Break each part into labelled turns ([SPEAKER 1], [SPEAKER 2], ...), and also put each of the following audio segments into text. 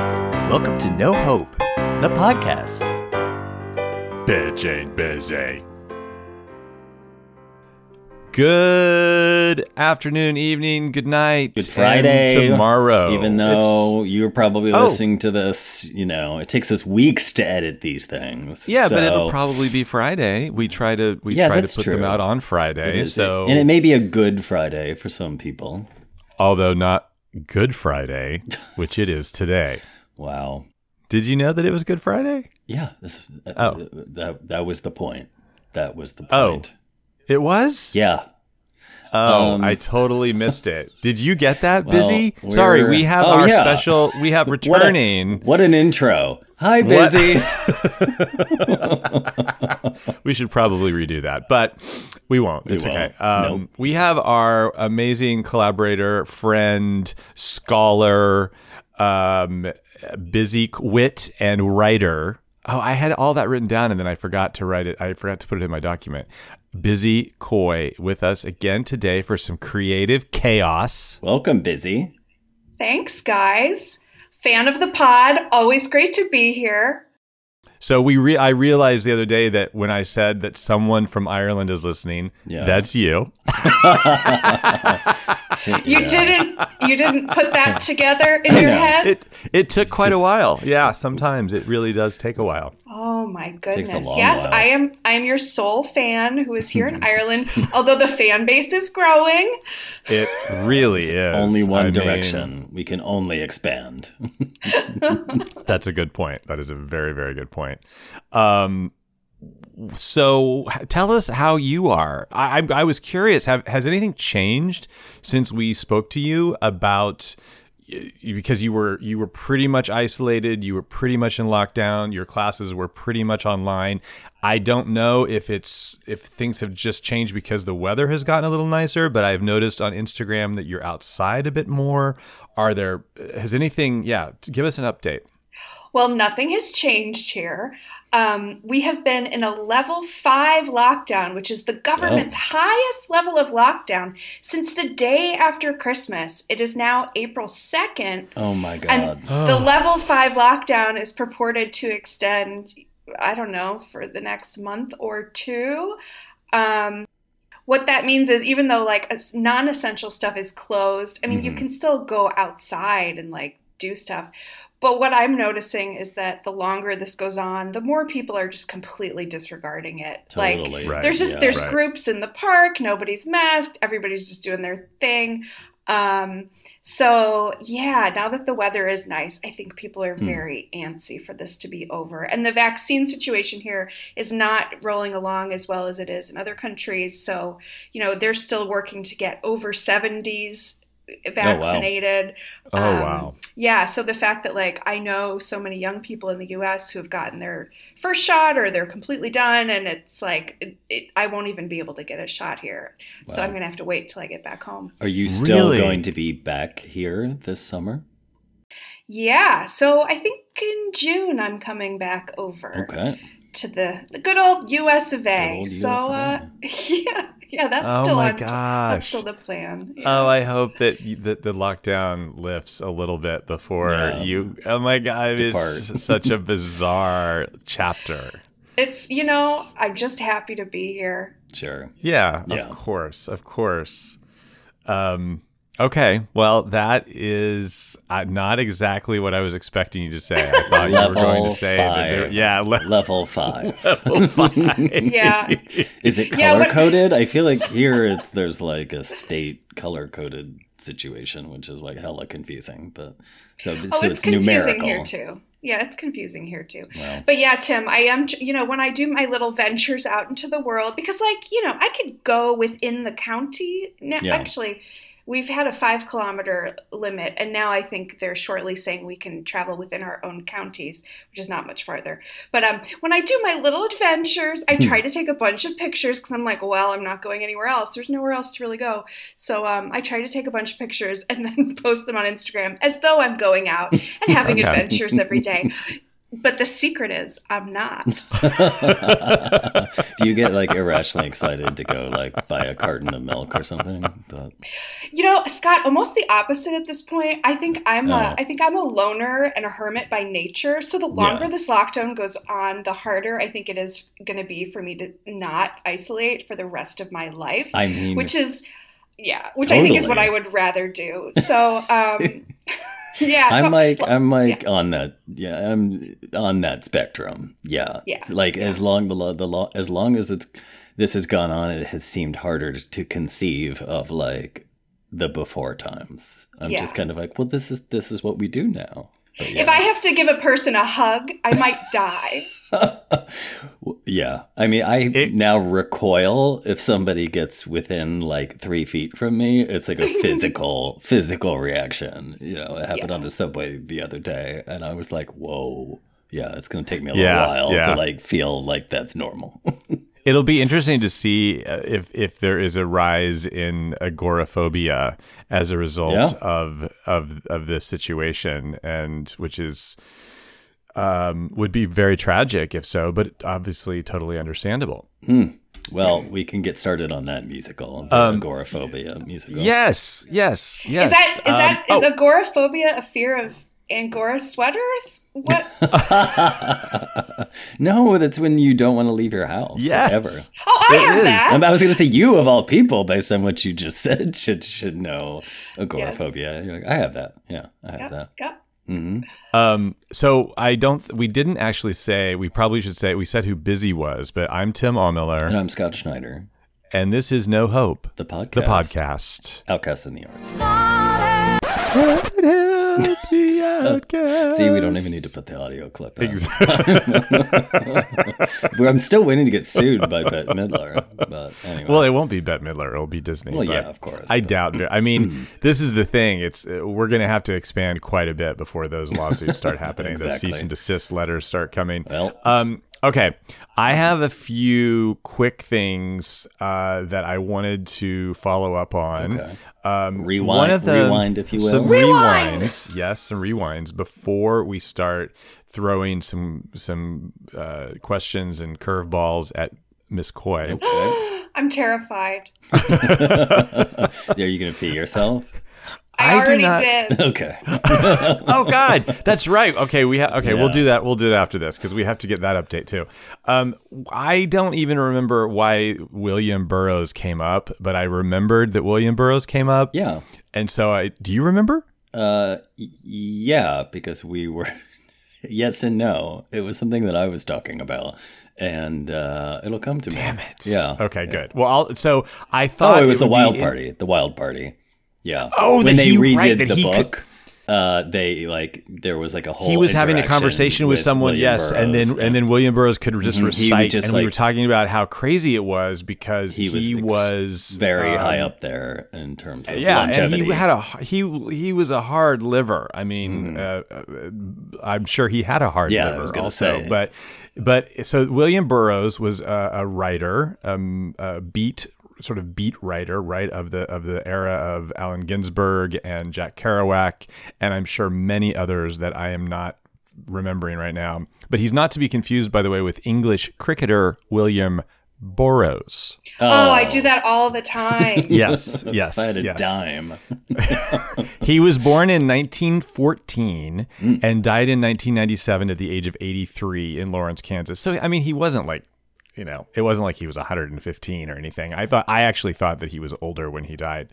[SPEAKER 1] Welcome to No Hope, the podcast.
[SPEAKER 2] Bitch ain't busy.
[SPEAKER 3] Good afternoon, evening, good night.
[SPEAKER 4] Good
[SPEAKER 3] and
[SPEAKER 4] Friday.
[SPEAKER 3] tomorrow.
[SPEAKER 4] Even
[SPEAKER 3] Oh, It's-
[SPEAKER 4] though you're probably
[SPEAKER 3] Oh.
[SPEAKER 4] listening to this, you know, it takes us weeks to edit these things.
[SPEAKER 3] yeah, but it'll
[SPEAKER 4] so
[SPEAKER 3] probably be Friday. We try to we
[SPEAKER 4] Yeah,
[SPEAKER 3] try to
[SPEAKER 4] that's
[SPEAKER 3] put them
[SPEAKER 4] true.
[SPEAKER 3] out on
[SPEAKER 4] it
[SPEAKER 3] Friday.
[SPEAKER 4] is-
[SPEAKER 3] So
[SPEAKER 4] and it may be a good Friday for some people.
[SPEAKER 3] although not Good Friday, which it is today.
[SPEAKER 4] Wow.
[SPEAKER 3] Did you know that it was Good Friday?
[SPEAKER 4] Yeah. This, uh,
[SPEAKER 3] Oh.
[SPEAKER 4] that that was the point. That was the
[SPEAKER 3] Oh.
[SPEAKER 4] point.
[SPEAKER 3] It was?
[SPEAKER 4] Yeah.
[SPEAKER 3] Oh,
[SPEAKER 4] Um,
[SPEAKER 3] I totally missed it. Did you get that busy?
[SPEAKER 4] Well,
[SPEAKER 3] Sorry,
[SPEAKER 4] we're-
[SPEAKER 3] we have
[SPEAKER 4] Oh,
[SPEAKER 3] our
[SPEAKER 4] yeah.
[SPEAKER 3] special we have
[SPEAKER 4] What a-
[SPEAKER 3] returning.
[SPEAKER 4] What an intro. Hi,
[SPEAKER 3] What-
[SPEAKER 4] busy.
[SPEAKER 3] we should probably redo that, but we won't. It's
[SPEAKER 4] won't.
[SPEAKER 3] okay. Um, We have our amazing collaborator, friend, scholar, um, busy wit, and writer. Oh, I had all that written down and then I forgot to write it. I forgot to put it in my document. Busy Coy with us again today for some creative chaos.
[SPEAKER 4] Welcome, busy.
[SPEAKER 5] Thanks, guys. Fan of the pod. Always great to be here.
[SPEAKER 3] So we re- I realized the other day that when I said that someone from Ireland is listening,
[SPEAKER 4] Yeah.
[SPEAKER 3] that's you.
[SPEAKER 5] You
[SPEAKER 4] Yeah.
[SPEAKER 5] didn't you didn't put that together in your
[SPEAKER 4] know.
[SPEAKER 5] head?
[SPEAKER 3] it it took quite a while. Yeah, sometimes it really does take a while.
[SPEAKER 5] oh my
[SPEAKER 4] a
[SPEAKER 5] goodness.
[SPEAKER 4] long
[SPEAKER 5] Yes,
[SPEAKER 4] while.
[SPEAKER 5] I am I am your sole fan who is here in Ireland, although the fan base is growing.
[SPEAKER 3] It really is.
[SPEAKER 4] Only one
[SPEAKER 3] I mean,
[SPEAKER 4] direction. we can only expand.
[SPEAKER 3] that's a good point. That is a very very good point. Um so h- tell us how you are. I I, I was curious have, has anything changed since we spoke to you about y- because you were you were pretty much isolated, you were pretty much in lockdown, your classes were pretty much online. I don't know if it's if things have just changed because the weather has gotten a little nicer, but I've noticed on Instagram that you're outside a bit more. Are there has anything, yeah, t- give us an update.
[SPEAKER 5] Well, nothing has changed here. Um, we have been in a level five lockdown, which is the government's
[SPEAKER 4] Oh.
[SPEAKER 5] highest level of lockdown since the day after Christmas. It is now April 2nd.
[SPEAKER 4] Oh, my God.
[SPEAKER 5] And
[SPEAKER 3] Oh.
[SPEAKER 5] the level five lockdown is purported to extend, I don't know, for the next month or two. Um, what that means is, even though like es- non-essential stuff is closed, I mean, you
[SPEAKER 4] Mhm.
[SPEAKER 5] can still go outside and like do stuff. But what I'm noticing is that the longer this goes on, the more people are just completely disregarding it. Like
[SPEAKER 4] totally.
[SPEAKER 3] Right.
[SPEAKER 5] there's just
[SPEAKER 4] Yeah.
[SPEAKER 5] there's
[SPEAKER 3] Right.
[SPEAKER 5] groups in the park nobody's masked everybody's just doing their thing um so yeah now that the weather is nice i think people are
[SPEAKER 4] Hmm.
[SPEAKER 5] very antsy for this to be over and the vaccine situation here is not rolling along as well as it is in other countries so you know they're still working to get over 70s vaccinated
[SPEAKER 3] Oh
[SPEAKER 5] Um,
[SPEAKER 3] wow.
[SPEAKER 5] yeah, so the fact that like I know so many young people in the US who have gotten their first shot or they're completely done and it's like it, it, I won't even be able to get a shot here. So
[SPEAKER 4] Wow.
[SPEAKER 5] I'm going to have to wait till I get back home.
[SPEAKER 4] Are you still
[SPEAKER 3] Really?
[SPEAKER 4] going to be back here this summer?
[SPEAKER 5] Yeah, so I think in June I'm coming back over
[SPEAKER 4] Okay.
[SPEAKER 5] to the, the good old US of A.
[SPEAKER 4] Good old
[SPEAKER 5] so
[SPEAKER 4] US of
[SPEAKER 5] uh yeah, yeah, that's
[SPEAKER 3] oh
[SPEAKER 5] still
[SPEAKER 3] my
[SPEAKER 5] on, that's
[SPEAKER 3] gosh.
[SPEAKER 5] still the plan.
[SPEAKER 4] Uh,
[SPEAKER 3] Oh, I hope that you, that the lockdown lifts a little bit before
[SPEAKER 4] Yeah.
[SPEAKER 3] you. Oh my god,
[SPEAKER 4] Depart.
[SPEAKER 3] it's such a bizarre chapter.
[SPEAKER 5] It's you know, I'm just happy to be here.
[SPEAKER 4] Sure.
[SPEAKER 3] Yeah,
[SPEAKER 4] Yeah.
[SPEAKER 3] of course, of course. Um, okay, well, that is uh, not exactly what I was expecting you to say. I thought you were going
[SPEAKER 4] Level
[SPEAKER 3] to say that. there-
[SPEAKER 4] five.
[SPEAKER 3] yeah, le-
[SPEAKER 4] Level five.
[SPEAKER 3] level five.
[SPEAKER 5] Yeah.
[SPEAKER 4] Is it
[SPEAKER 5] Yeah,
[SPEAKER 4] color
[SPEAKER 5] what-
[SPEAKER 4] coded? I feel like here it's there's like a state color coded situation, which is like hella confusing. But so,
[SPEAKER 5] oh,
[SPEAKER 4] so
[SPEAKER 5] it's
[SPEAKER 4] it's,
[SPEAKER 5] confusing
[SPEAKER 4] numerical.
[SPEAKER 5] here too. Yeah, it's confusing here too.
[SPEAKER 4] Wow.
[SPEAKER 5] But yeah, Tim, I am, you know, when I do my little ventures out into the world, because like, you know, I could go within the county. Now,
[SPEAKER 4] Yeah.
[SPEAKER 5] Actually, we've had a five kilometer limit, and now I think they're shortly saying we can travel within our own counties, which is not much farther. But um, when I do my little adventures, I try
[SPEAKER 4] Hmm.
[SPEAKER 5] to take a bunch of pictures because I'm like, well, I'm not going anywhere else. There's nowhere else to really go. So um, I try to take a bunch of pictures and then post them on Instagram as though I'm going out and having
[SPEAKER 3] Okay.
[SPEAKER 5] adventures every day. But the secret is, I'm not.
[SPEAKER 4] Do you get like irrationally excited to go like buy a carton of milk or something? But
[SPEAKER 5] You know, Scott, almost the opposite at this point. I think I'm
[SPEAKER 4] Oh.
[SPEAKER 5] a I think I'm a loner and a hermit by nature. So the longer
[SPEAKER 4] Yeah.
[SPEAKER 5] this lockdown goes on, the harder I think it is going to be for me to not isolate for the rest of my life,
[SPEAKER 4] I mean,
[SPEAKER 5] which is yeah, which I think is what
[SPEAKER 4] Totally.
[SPEAKER 5] I would rather do. So, um yeah, so
[SPEAKER 4] I'm like I'm like on that yeah I'm on that spectrum yeah
[SPEAKER 5] Yeah,
[SPEAKER 4] like as long the lo- the lo- as long as it's this has gone on it has seemed harder to conceive of like the before times I'm
[SPEAKER 5] Yeah.
[SPEAKER 4] just kind of like well this is this is what we do now But
[SPEAKER 5] if I have to give a person a hug, I might die.
[SPEAKER 4] yeah. I mean, I
[SPEAKER 3] It-
[SPEAKER 4] now recoil if somebody gets within like three feet from me. It's like a physical, physical reaction. You know, it happened
[SPEAKER 5] Yeah.
[SPEAKER 4] on the subway the other day, and I was like, whoa. Yeah, it's going to take me a
[SPEAKER 3] Yeah,
[SPEAKER 4] little while
[SPEAKER 3] yeah.
[SPEAKER 4] to like feel like that's normal.
[SPEAKER 3] It'll be interesting to see uh, if if there is a rise in agoraphobia as a result
[SPEAKER 4] Yeah.
[SPEAKER 3] of of of this situation, and which is um, would be very tragic if so, but obviously totally understandable.
[SPEAKER 4] well, we can get started on that musical, the
[SPEAKER 3] Um,
[SPEAKER 4] agoraphobia musical.
[SPEAKER 3] Yes, yes, yes.
[SPEAKER 5] Is that is
[SPEAKER 3] Um,
[SPEAKER 5] that is
[SPEAKER 3] oh.
[SPEAKER 5] agoraphobia a fear of angora sweaters? What?
[SPEAKER 4] no, that's when you don't want to leave your house.
[SPEAKER 3] Yes.
[SPEAKER 4] Ever.
[SPEAKER 5] Oh, I
[SPEAKER 3] It
[SPEAKER 5] have
[SPEAKER 3] is.
[SPEAKER 5] that.
[SPEAKER 4] And I was going to say, you of all people, based on what you just said, should should know agoraphobia. You're like, I have that. Yeah, I have
[SPEAKER 5] Yep,
[SPEAKER 4] that.
[SPEAKER 5] yep.
[SPEAKER 4] hmm
[SPEAKER 3] Um, so I don't. We didn't actually say. We probably should say. We said who busy was, but I'm Tim
[SPEAKER 4] And
[SPEAKER 3] Allmiller,
[SPEAKER 4] I'm Scott Schneider,
[SPEAKER 3] and this is No Hope,
[SPEAKER 4] the podcast.
[SPEAKER 3] the podcast.
[SPEAKER 4] Outcast in the Arts. See,
[SPEAKER 3] See,
[SPEAKER 4] we don't even need to put the audio clip in.
[SPEAKER 3] Exactly.
[SPEAKER 4] Well, I'm still waiting to get sued by Bette Midler. But anyway.
[SPEAKER 3] well, it won't be Bette Midler. It'll be Disney.
[SPEAKER 4] Well,
[SPEAKER 3] but
[SPEAKER 4] yeah, of course.
[SPEAKER 3] I
[SPEAKER 4] But- Hmm.
[SPEAKER 3] doubt it. I mean, this is the thing. It's uh, we're going to have to expand quite a bit before those lawsuits start happening. Those
[SPEAKER 4] Exactly.
[SPEAKER 3] cease and desist letters start coming.
[SPEAKER 4] Well.
[SPEAKER 3] um, okay. I have a few quick things uh, that I wanted to follow up on.
[SPEAKER 4] Okay.
[SPEAKER 3] Um,
[SPEAKER 4] Rewind-
[SPEAKER 3] one of the-
[SPEAKER 4] rewind, if you will.
[SPEAKER 3] Some
[SPEAKER 5] Rewind!
[SPEAKER 3] rewinds, yes, some rewinds before we start throwing some some uh, questions and curveballs at Miss Coy.
[SPEAKER 4] Okay.
[SPEAKER 5] I'm terrified.
[SPEAKER 4] Are you going to pee yourself?
[SPEAKER 3] I
[SPEAKER 5] I,
[SPEAKER 3] do
[SPEAKER 5] already
[SPEAKER 3] not-
[SPEAKER 5] did.
[SPEAKER 4] Okay.
[SPEAKER 3] oh God, that's right. Okay, we ha- okay. We'll
[SPEAKER 4] Yeah.
[SPEAKER 3] do that. We'll do it after this because we have to get that update too. Um, I don't even remember why William Burroughs came up, but I remembered that William Burroughs came up.
[SPEAKER 4] Yeah.
[SPEAKER 3] And so I do you remember?
[SPEAKER 4] Uh, y- yeah, because we were yes and no. It was something that I was talking about, and uh, it'll come to me. Damn it! Yeah.
[SPEAKER 3] Okay,
[SPEAKER 4] yeah.
[SPEAKER 3] good. Well, I'll, so I thought
[SPEAKER 4] Oh, it was the
[SPEAKER 3] would be
[SPEAKER 4] wild
[SPEAKER 3] in-
[SPEAKER 4] party. The wild party. Yeah.
[SPEAKER 3] Oh,
[SPEAKER 4] when
[SPEAKER 3] that
[SPEAKER 4] they
[SPEAKER 3] he-
[SPEAKER 4] redid
[SPEAKER 3] right, that
[SPEAKER 4] the
[SPEAKER 3] he could-
[SPEAKER 4] book, uh, they like there was like a whole.
[SPEAKER 3] he was having a
[SPEAKER 4] interaction
[SPEAKER 3] conversation with, someone,
[SPEAKER 4] William
[SPEAKER 3] yes, and then
[SPEAKER 4] Burroughs,
[SPEAKER 3] and then William Burroughs could just
[SPEAKER 4] Mhm, he would
[SPEAKER 3] recite,
[SPEAKER 4] just,
[SPEAKER 3] and we
[SPEAKER 4] like-
[SPEAKER 3] were talking about how crazy it was because he
[SPEAKER 4] He
[SPEAKER 3] was
[SPEAKER 4] was
[SPEAKER 3] he
[SPEAKER 4] ex-
[SPEAKER 3] was
[SPEAKER 4] very
[SPEAKER 3] um,
[SPEAKER 4] high up there in terms of
[SPEAKER 3] yeah,
[SPEAKER 4] longevity.
[SPEAKER 3] and he had a he he was a hard liver. I mean, uh, uh, I'm sure he had a hard
[SPEAKER 4] Mm-hmm. Yeah, I
[SPEAKER 3] liver
[SPEAKER 4] was gonna
[SPEAKER 3] also,
[SPEAKER 4] say.
[SPEAKER 3] but but so William Burroughs was a, a writer, um, a beat sort of beat writer, right of the of the era of Allen Ginsberg and Jack Kerouac, and I'm sure many others that I am not remembering right now. But he's not to be confused, by the way, with English cricketer William Burroughs.
[SPEAKER 5] Oh, I do that all the time.
[SPEAKER 3] Yes, yes,
[SPEAKER 4] If I had a
[SPEAKER 3] yes.
[SPEAKER 4] dime.
[SPEAKER 3] He was born in 1914 and died in 1997 at the age of 83 in Lawrence, Kansas. So, I mean, he wasn't like, you know, it wasn't like he was 115 or anything. I thought, I actually thought that he was older when he died.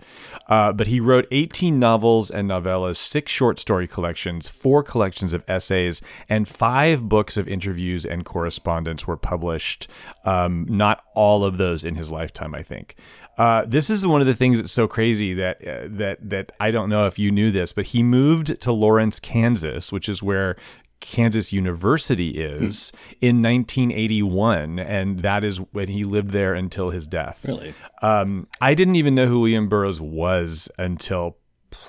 [SPEAKER 3] Uh, but he wrote 18 novels and novellas, six short story collections, four collections of essays, and five books of interviews and correspondence were published. Um, not all of those in his lifetime, I think. Uh, this is one of the things that's so crazy that uh, that that I don't know if you knew this, but he moved to Lawrence, Kansas, which is where Kansas University is in 1981, and that is when he lived there until his death.
[SPEAKER 4] Really?
[SPEAKER 3] Um, I didn't even know who William Burroughs was until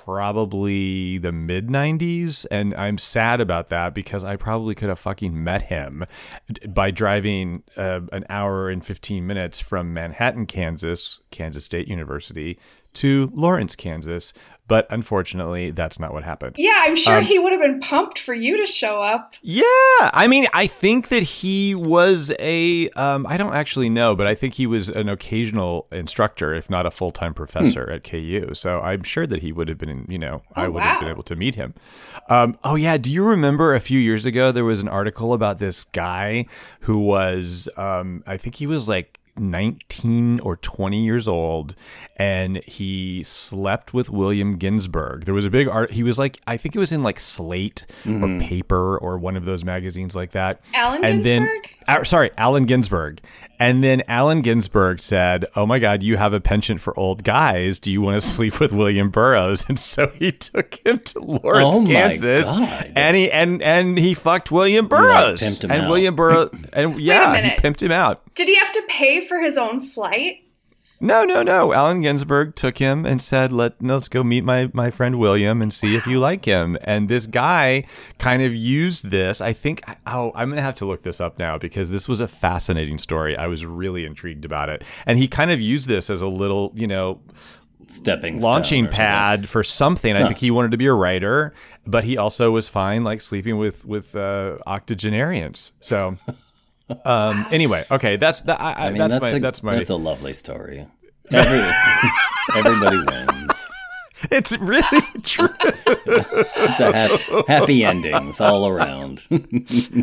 [SPEAKER 3] probably the mid 90s and I'm sad about that because I probably could have fucking met him d- by driving uh, an hour and 15 minutes from Manhattan, Kansas, Kansas State University to Lawrence, Kansas. But unfortunately, that's not what happened.
[SPEAKER 5] Yeah, I'm sure he would have been pumped for you to show up.
[SPEAKER 3] Yeah, I mean, I think that he was a um, I don't actually know, but I think he was an occasional instructor, if not a full
[SPEAKER 5] Hmm.
[SPEAKER 3] time professor at KU. So I'm sure that he would have been, you know, I
[SPEAKER 5] Oh,
[SPEAKER 3] would
[SPEAKER 5] wow.
[SPEAKER 3] have been able to meet him. Um, oh yeah, do you remember a few years ago there was an article about this guy who was, um, I think he was like. 19 or 20 years old and he slept with William Ginsburg. There was a big art he was like I think it was in like Slate or Paper or one of those magazines like that.
[SPEAKER 5] Allen
[SPEAKER 3] and
[SPEAKER 5] Ginsberg?
[SPEAKER 3] Then, uh, sorry, Allen Ginsberg. And then Allen Ginsberg said, "Oh my God, you have a penchant for old guys. Do you want to sleep with William Burroughs?" And so he took him to Lawrence,
[SPEAKER 4] Oh my
[SPEAKER 3] Kansas,
[SPEAKER 4] God. uh,
[SPEAKER 3] and he and and he fucked William Burroughs.
[SPEAKER 4] pimped him
[SPEAKER 3] and
[SPEAKER 4] out.
[SPEAKER 3] William Burroughs, and yeah, he
[SPEAKER 5] minute.
[SPEAKER 3] pimped him out.
[SPEAKER 5] Did he have to pay for his own flight?
[SPEAKER 3] No, no, no. Allen Ginsberg took him and said, "Let no, let's go meet my my friend William and see if you like him." And this guy kind of used this. I think. Oh, I'm gonna have to look this up now because this was a fascinating story. I was really intrigued about it, and he kind of used this as a little, you know,
[SPEAKER 4] Stepping stone
[SPEAKER 3] launching
[SPEAKER 4] or something.
[SPEAKER 3] pad for something. I think he wanted to be a writer, but he also was fine like sleeping with with uh, octogenarians. So. Um. Anyway, okay. That's that. I, I,
[SPEAKER 4] I mean,
[SPEAKER 3] that's,
[SPEAKER 4] that's,
[SPEAKER 3] my.
[SPEAKER 4] a,
[SPEAKER 3] that's my.
[SPEAKER 4] That's a lovely story. Every, everybody wins.
[SPEAKER 3] it's really true.
[SPEAKER 4] It's a hap- happy endings all around.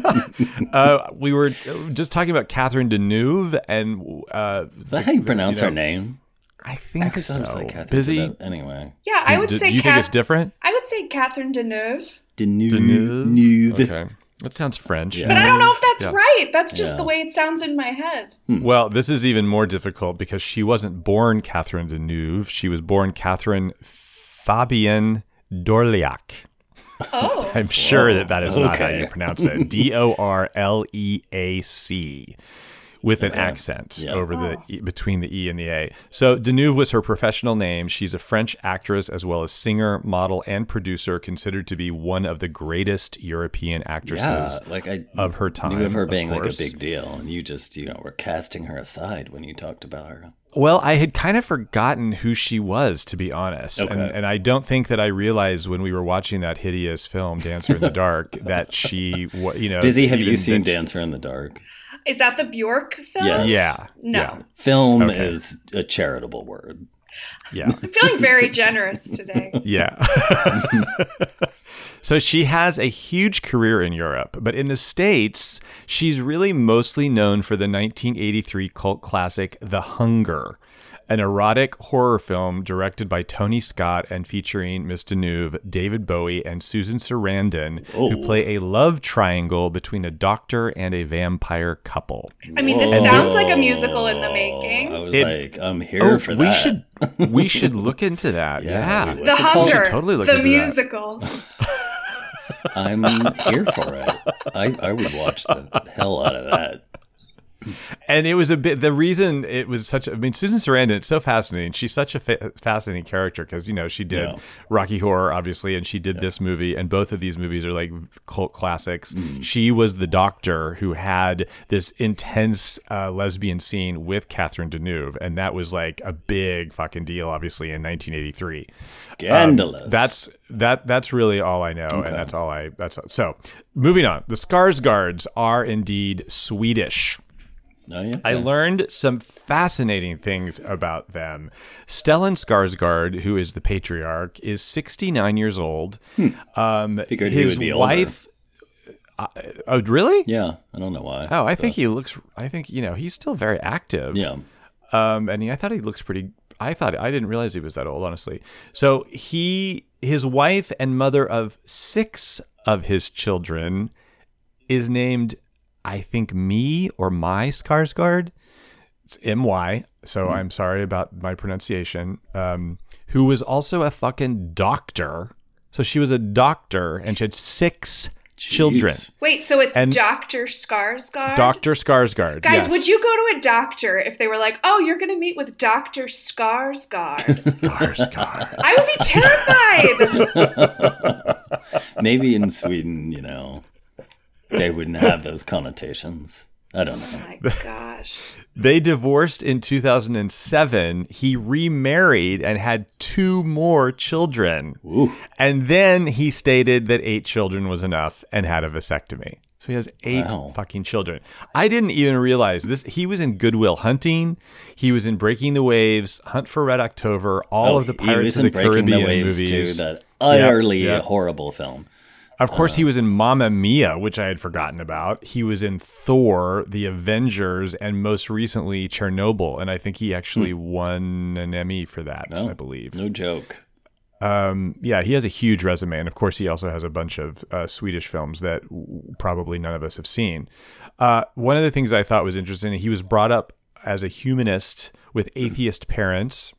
[SPEAKER 3] uh, we were just talking about Catherine Deneuve, and uh,
[SPEAKER 4] Is that how you pronounce
[SPEAKER 3] know,
[SPEAKER 4] her name?
[SPEAKER 3] I
[SPEAKER 4] I
[SPEAKER 3] think
[SPEAKER 4] always
[SPEAKER 3] so.
[SPEAKER 4] like Catherine
[SPEAKER 3] Busy.
[SPEAKER 4] Deneuve. Anyway.
[SPEAKER 5] Yeah, I would
[SPEAKER 3] do,
[SPEAKER 5] say
[SPEAKER 3] do you think
[SPEAKER 5] Cath-
[SPEAKER 3] it's different?
[SPEAKER 5] I would say Catherine Deneuve.
[SPEAKER 4] Deneuve. Nude.
[SPEAKER 3] Okay, that sounds French.
[SPEAKER 4] Yeah.
[SPEAKER 5] But I don't know if that's
[SPEAKER 3] Yeah.
[SPEAKER 5] right. That's just
[SPEAKER 4] Mm-hmm. Yeah.
[SPEAKER 5] the way it sounds in my head.
[SPEAKER 4] Hmm.
[SPEAKER 3] Well, this is even more difficult because she wasn't born Catherine Deneuve. She was born Catherine Fabienne Dorliac.
[SPEAKER 5] Oh.
[SPEAKER 3] I'm sure that that is not how
[SPEAKER 4] Okay.
[SPEAKER 3] you pronounce it. D O R L E A C, with an accent
[SPEAKER 4] Yeah.
[SPEAKER 3] over the e- between the E and the A. So Deneuve was her professional name. She's a French actress as well as singer, model, and producer, considered to be one of the greatest European
[SPEAKER 4] Yeah,
[SPEAKER 3] actresses
[SPEAKER 4] like I
[SPEAKER 3] of her time.
[SPEAKER 4] knew of her being like a
[SPEAKER 3] course.
[SPEAKER 4] big deal, and you just you know were casting her aside when you talked about her.
[SPEAKER 3] Well, I had kind of forgotten who she was, to be honest. And,
[SPEAKER 4] Okay.
[SPEAKER 3] and I don't think that I realized when we were watching that hideous film, Dancer in the Dark, that she was, you know.
[SPEAKER 4] Busy, have you
[SPEAKER 3] even
[SPEAKER 4] seen
[SPEAKER 3] that she-
[SPEAKER 4] Dancer in the Dark?
[SPEAKER 5] Is that the Bjork film?
[SPEAKER 4] Yes.
[SPEAKER 3] Yeah.
[SPEAKER 5] No.
[SPEAKER 3] yeah,
[SPEAKER 4] Film
[SPEAKER 3] Okay.
[SPEAKER 4] is a charitable word.
[SPEAKER 3] Yeah.
[SPEAKER 5] I'm feeling very generous today.
[SPEAKER 3] Yeah. so she has a huge career in Europe, but in the States, she's really mostly known for the 1983 cult classic The Hunger, an erotic horror film directed by Tony Scott and featuring Miss Deneuve, David Bowie, and Susan Sarandon,
[SPEAKER 4] Oh.
[SPEAKER 3] who play a love triangle between a doctor and a vampire couple.
[SPEAKER 5] I mean, this
[SPEAKER 4] Whoa.
[SPEAKER 5] sounds like a musical in the
[SPEAKER 4] I
[SPEAKER 5] making.
[SPEAKER 4] was
[SPEAKER 3] It-
[SPEAKER 4] like, I'm here for
[SPEAKER 3] Oh, we
[SPEAKER 4] that.
[SPEAKER 3] should we should look into that.
[SPEAKER 4] Yeah,
[SPEAKER 3] Yeah.
[SPEAKER 4] we
[SPEAKER 5] The
[SPEAKER 4] What's it called?
[SPEAKER 5] Hunger,
[SPEAKER 3] Totally look
[SPEAKER 5] the
[SPEAKER 3] into that.
[SPEAKER 5] musical.
[SPEAKER 4] I'm here for it. I, I would watch the hell out of that.
[SPEAKER 3] Um, and it was a bit the reason it was such i mean susan sarandon it's so fascinating she's such a fa- fascinating character because you know she did
[SPEAKER 4] Yeah.
[SPEAKER 3] rocky horror obviously and she did this movie and both of these movies are like cult classics
[SPEAKER 4] Mm.
[SPEAKER 3] she was the doctor who had this intense uh, lesbian scene with catherine deneuve and that was like a big fucking deal obviously in 1983 um,
[SPEAKER 4] Scandalous.
[SPEAKER 3] that's that. That's really all I know, and that's all I. That's so. Moving on, the Skarsgårds are indeed Swedish.
[SPEAKER 4] oh, yeah.
[SPEAKER 3] I learned some fascinating things about them. Stellan Skarsgård, who is the patriarch, is 69 years old. Um,
[SPEAKER 4] Figured Hmm. he
[SPEAKER 3] his
[SPEAKER 4] would be older.
[SPEAKER 3] wife. Uh, oh, really?
[SPEAKER 4] yeah, I don't know why.
[SPEAKER 3] Oh, I think he looks. I think you know he's still very active.
[SPEAKER 4] yeah.
[SPEAKER 3] Um, and he, I thought he looks pretty. I thought I didn't realize he was that old, honestly. So he, his wife, and mother of six of his children, is named, I think, me or my Skarsgård. It's M Y. So I'm sorry about my pronunciation. Um, who was also a fucking doctor. So she was a doctor, and she had six children.
[SPEAKER 4] Jeez.
[SPEAKER 5] Wait, so it's
[SPEAKER 3] And-
[SPEAKER 5] Dr. Skarsgård?
[SPEAKER 3] Doctor Skarsgård.
[SPEAKER 5] Guys,
[SPEAKER 3] yes.
[SPEAKER 5] would you go to a doctor if they were like, oh, you're going to meet with Dr. Skarsgård?
[SPEAKER 3] Skarsgård?
[SPEAKER 5] I would be terrified. Oh
[SPEAKER 4] Maybe in Sweden, you know, they wouldn't have those connotations. I don't
[SPEAKER 5] Oh
[SPEAKER 4] know.
[SPEAKER 5] my gosh.
[SPEAKER 3] They divorced in 2007. He remarried and had two more children.
[SPEAKER 4] Ooh.
[SPEAKER 3] And then he stated that eight children was enough and had a vasectomy. So he has eight
[SPEAKER 4] Wow.
[SPEAKER 3] fucking children. I didn't even realize this. He was in Goodwill Hunting. He was in Breaking the Waves, Hunt for Red October, all
[SPEAKER 4] Oh,
[SPEAKER 3] of the
[SPEAKER 4] he
[SPEAKER 3] Pirates
[SPEAKER 4] was
[SPEAKER 3] of
[SPEAKER 4] in
[SPEAKER 3] the
[SPEAKER 4] Breaking
[SPEAKER 3] Caribbean
[SPEAKER 4] Waves
[SPEAKER 3] movies.
[SPEAKER 4] Too, that utterly
[SPEAKER 3] yeah.
[SPEAKER 4] horrible film.
[SPEAKER 3] Of course, he was in Mamma Mia, which I had forgotten about. He was in Thor, The Avengers, and most recently Chernobyl. And I think he actually won an Emmy for that,
[SPEAKER 4] No,
[SPEAKER 3] I believe.
[SPEAKER 4] No joke.
[SPEAKER 3] Um, yeah, he has a huge resume. And of course, he also has a bunch of uh, Swedish films that w- probably none of us have seen. Uh, one of the things I thought was interesting, he was brought up as a humanist with atheist parents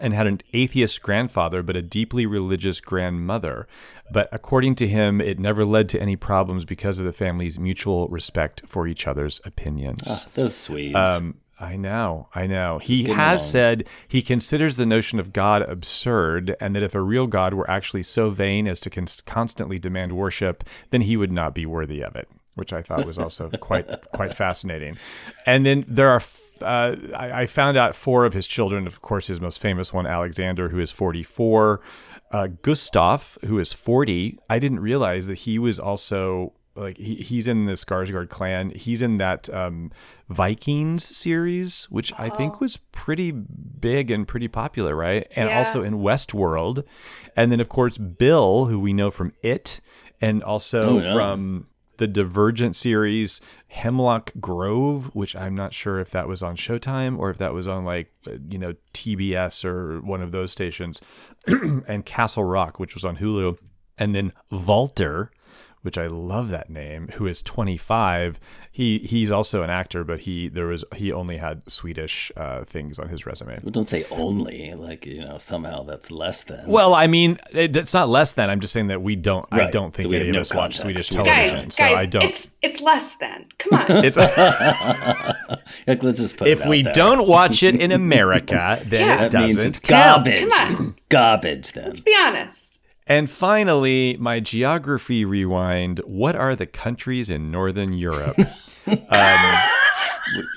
[SPEAKER 3] and had an atheist grandfather, but a deeply religious grandmother. But according to him, it never led to any problems because of the family's mutual respect for each other's opinions.
[SPEAKER 4] Ah, those Swedes.
[SPEAKER 3] Um, I know, I know. He
[SPEAKER 4] getting
[SPEAKER 3] has
[SPEAKER 4] along.
[SPEAKER 3] said he considers the notion of God absurd, and that if a real God were actually so vain as to cons- constantly demand worship, then he would not be worthy of it. Which I thought was also quite quite fascinating. And then there are. f- Uh, I, I found out four of his children. Of course, his most famous one, Alexander, who is 44. Uh, Gustav, who is 40. I didn't realize that he was also like he, he's in the Skarsgård clan. He's in that um, Vikings series, which I think was pretty big and pretty popular, right? And
[SPEAKER 5] Yeah.
[SPEAKER 3] also in Westworld, and then of course Bill, who we know from It, and also
[SPEAKER 4] Oh, yeah.
[SPEAKER 3] from Um, the Divergent series, Hemlock Grove, which I'm not sure if that was on Showtime or if that was on like uh, you know TBS or one of those stations, and Castle Rock, which was on Hulu, and then Valter, which I love that name, who is 25. He he's also an actor, but he there was he only had Swedish uh, things on his resume.
[SPEAKER 4] Well, don't say only. Like you know, somehow that's less than.
[SPEAKER 3] Well, I mean, it, it's not less than. I'm just saying that we don't. I
[SPEAKER 4] Right.
[SPEAKER 3] don't think
[SPEAKER 4] We have
[SPEAKER 3] any of
[SPEAKER 4] no
[SPEAKER 3] us watch
[SPEAKER 4] context.
[SPEAKER 3] Swedish
[SPEAKER 4] Guys,
[SPEAKER 3] television,
[SPEAKER 5] Guys,
[SPEAKER 3] so I
[SPEAKER 5] guys,
[SPEAKER 3] don't.
[SPEAKER 5] it's it's less than. Come on.
[SPEAKER 3] It's,
[SPEAKER 4] like, let's just put. it
[SPEAKER 3] if
[SPEAKER 4] out
[SPEAKER 3] we
[SPEAKER 4] there.
[SPEAKER 3] don't watch it in America, then
[SPEAKER 5] Yeah.
[SPEAKER 3] it
[SPEAKER 4] that means
[SPEAKER 3] doesn't
[SPEAKER 4] it's garbage.
[SPEAKER 5] Come on.
[SPEAKER 4] It's garbage then.
[SPEAKER 5] Let's be honest.
[SPEAKER 3] And finally, my geography rewind. What are the countries in Northern Europe?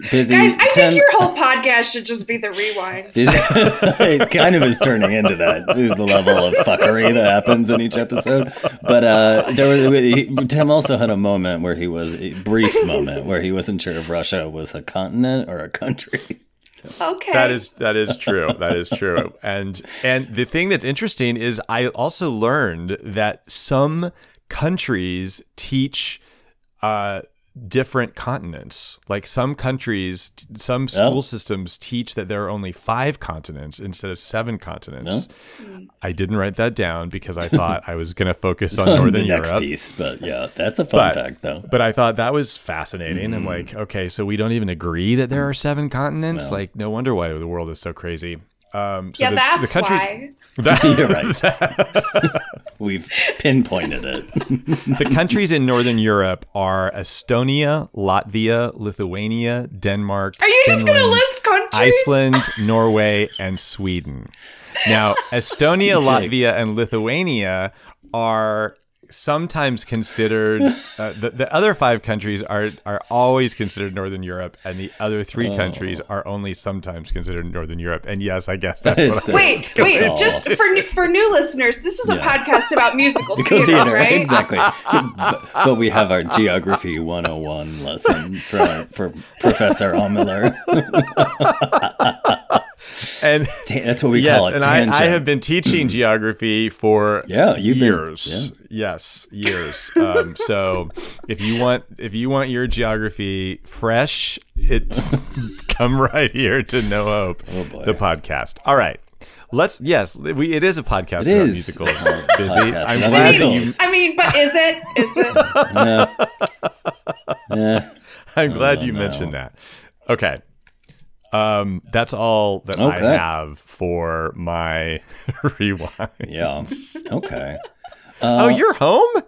[SPEAKER 4] Busy
[SPEAKER 5] Guys, I
[SPEAKER 4] ten-
[SPEAKER 5] think your whole podcast should just be the rewind.
[SPEAKER 4] it kind of is turning into that the level of fuckery that happens in each episode. But uh, there was he, Tim also had a moment where he was a brief moment where he wasn't sure if Russia was a continent or a country.
[SPEAKER 5] Okay.
[SPEAKER 3] that is that is true. That is true. And and the thing that's interesting is I also learned that some countries teach uh different continents like some countries t- some school systems teach that there are only five continents instead of seven continents i didn't write that down because i thought i was going to focus on northern
[SPEAKER 4] the next
[SPEAKER 3] europe
[SPEAKER 4] piece, but yeah, that's a
[SPEAKER 3] But-
[SPEAKER 4] fun fact though.
[SPEAKER 3] but I thought that was fascinating. I'm like, okay, so we don't even agree that there are seven continents. Like, no wonder why the world is so crazy. Um, so
[SPEAKER 5] yeah,
[SPEAKER 3] the,
[SPEAKER 5] that's
[SPEAKER 3] the countries,
[SPEAKER 5] why.
[SPEAKER 4] You're right. We've pinpointed it.
[SPEAKER 3] the countries in Northern Europe are Estonia, Latvia, Lithuania, Denmark.
[SPEAKER 5] Are you just going to
[SPEAKER 3] Finland,
[SPEAKER 5] list countries?
[SPEAKER 3] Iceland, Norway, and Sweden. Now, Estonia, Latvia, and Lithuania are sometimes considered uh, the, the other five countries are are always considered northern europe and the other three countries are only sometimes considered northern europe and yes i guess that's what I,
[SPEAKER 5] Wait,
[SPEAKER 4] Go
[SPEAKER 5] wait,
[SPEAKER 4] on.
[SPEAKER 5] just for new, for new listeners, this is a
[SPEAKER 4] Yeah.
[SPEAKER 5] podcast about musical
[SPEAKER 4] Go
[SPEAKER 5] theater,
[SPEAKER 4] theater,
[SPEAKER 5] right?
[SPEAKER 4] exactly. but, but we have our geography 101 lesson for, for Professor Omiller.
[SPEAKER 3] and
[SPEAKER 4] Ta- That's what we
[SPEAKER 3] yes
[SPEAKER 4] call it.
[SPEAKER 3] and
[SPEAKER 4] tangent.
[SPEAKER 3] I, I have been teaching geography for
[SPEAKER 4] Yeah, you've been-
[SPEAKER 3] years yes years um, so if you want if you want your geography fresh it's come right here to no hope
[SPEAKER 4] Oh, boy.
[SPEAKER 3] the podcast all right let's yes we it is a podcast
[SPEAKER 4] It
[SPEAKER 3] about
[SPEAKER 4] is.
[SPEAKER 3] musicals busy
[SPEAKER 4] Podcast
[SPEAKER 3] i'm
[SPEAKER 4] about
[SPEAKER 3] glad that you
[SPEAKER 4] musicals.
[SPEAKER 5] I mean, but is it? Is it?
[SPEAKER 4] Yeah.
[SPEAKER 3] i'm glad you
[SPEAKER 4] Oh, no.
[SPEAKER 3] mentioned that okay um that's all that
[SPEAKER 4] Okay.
[SPEAKER 3] i have for my rewind
[SPEAKER 4] yeah. Okay. Uh,
[SPEAKER 3] oh you're home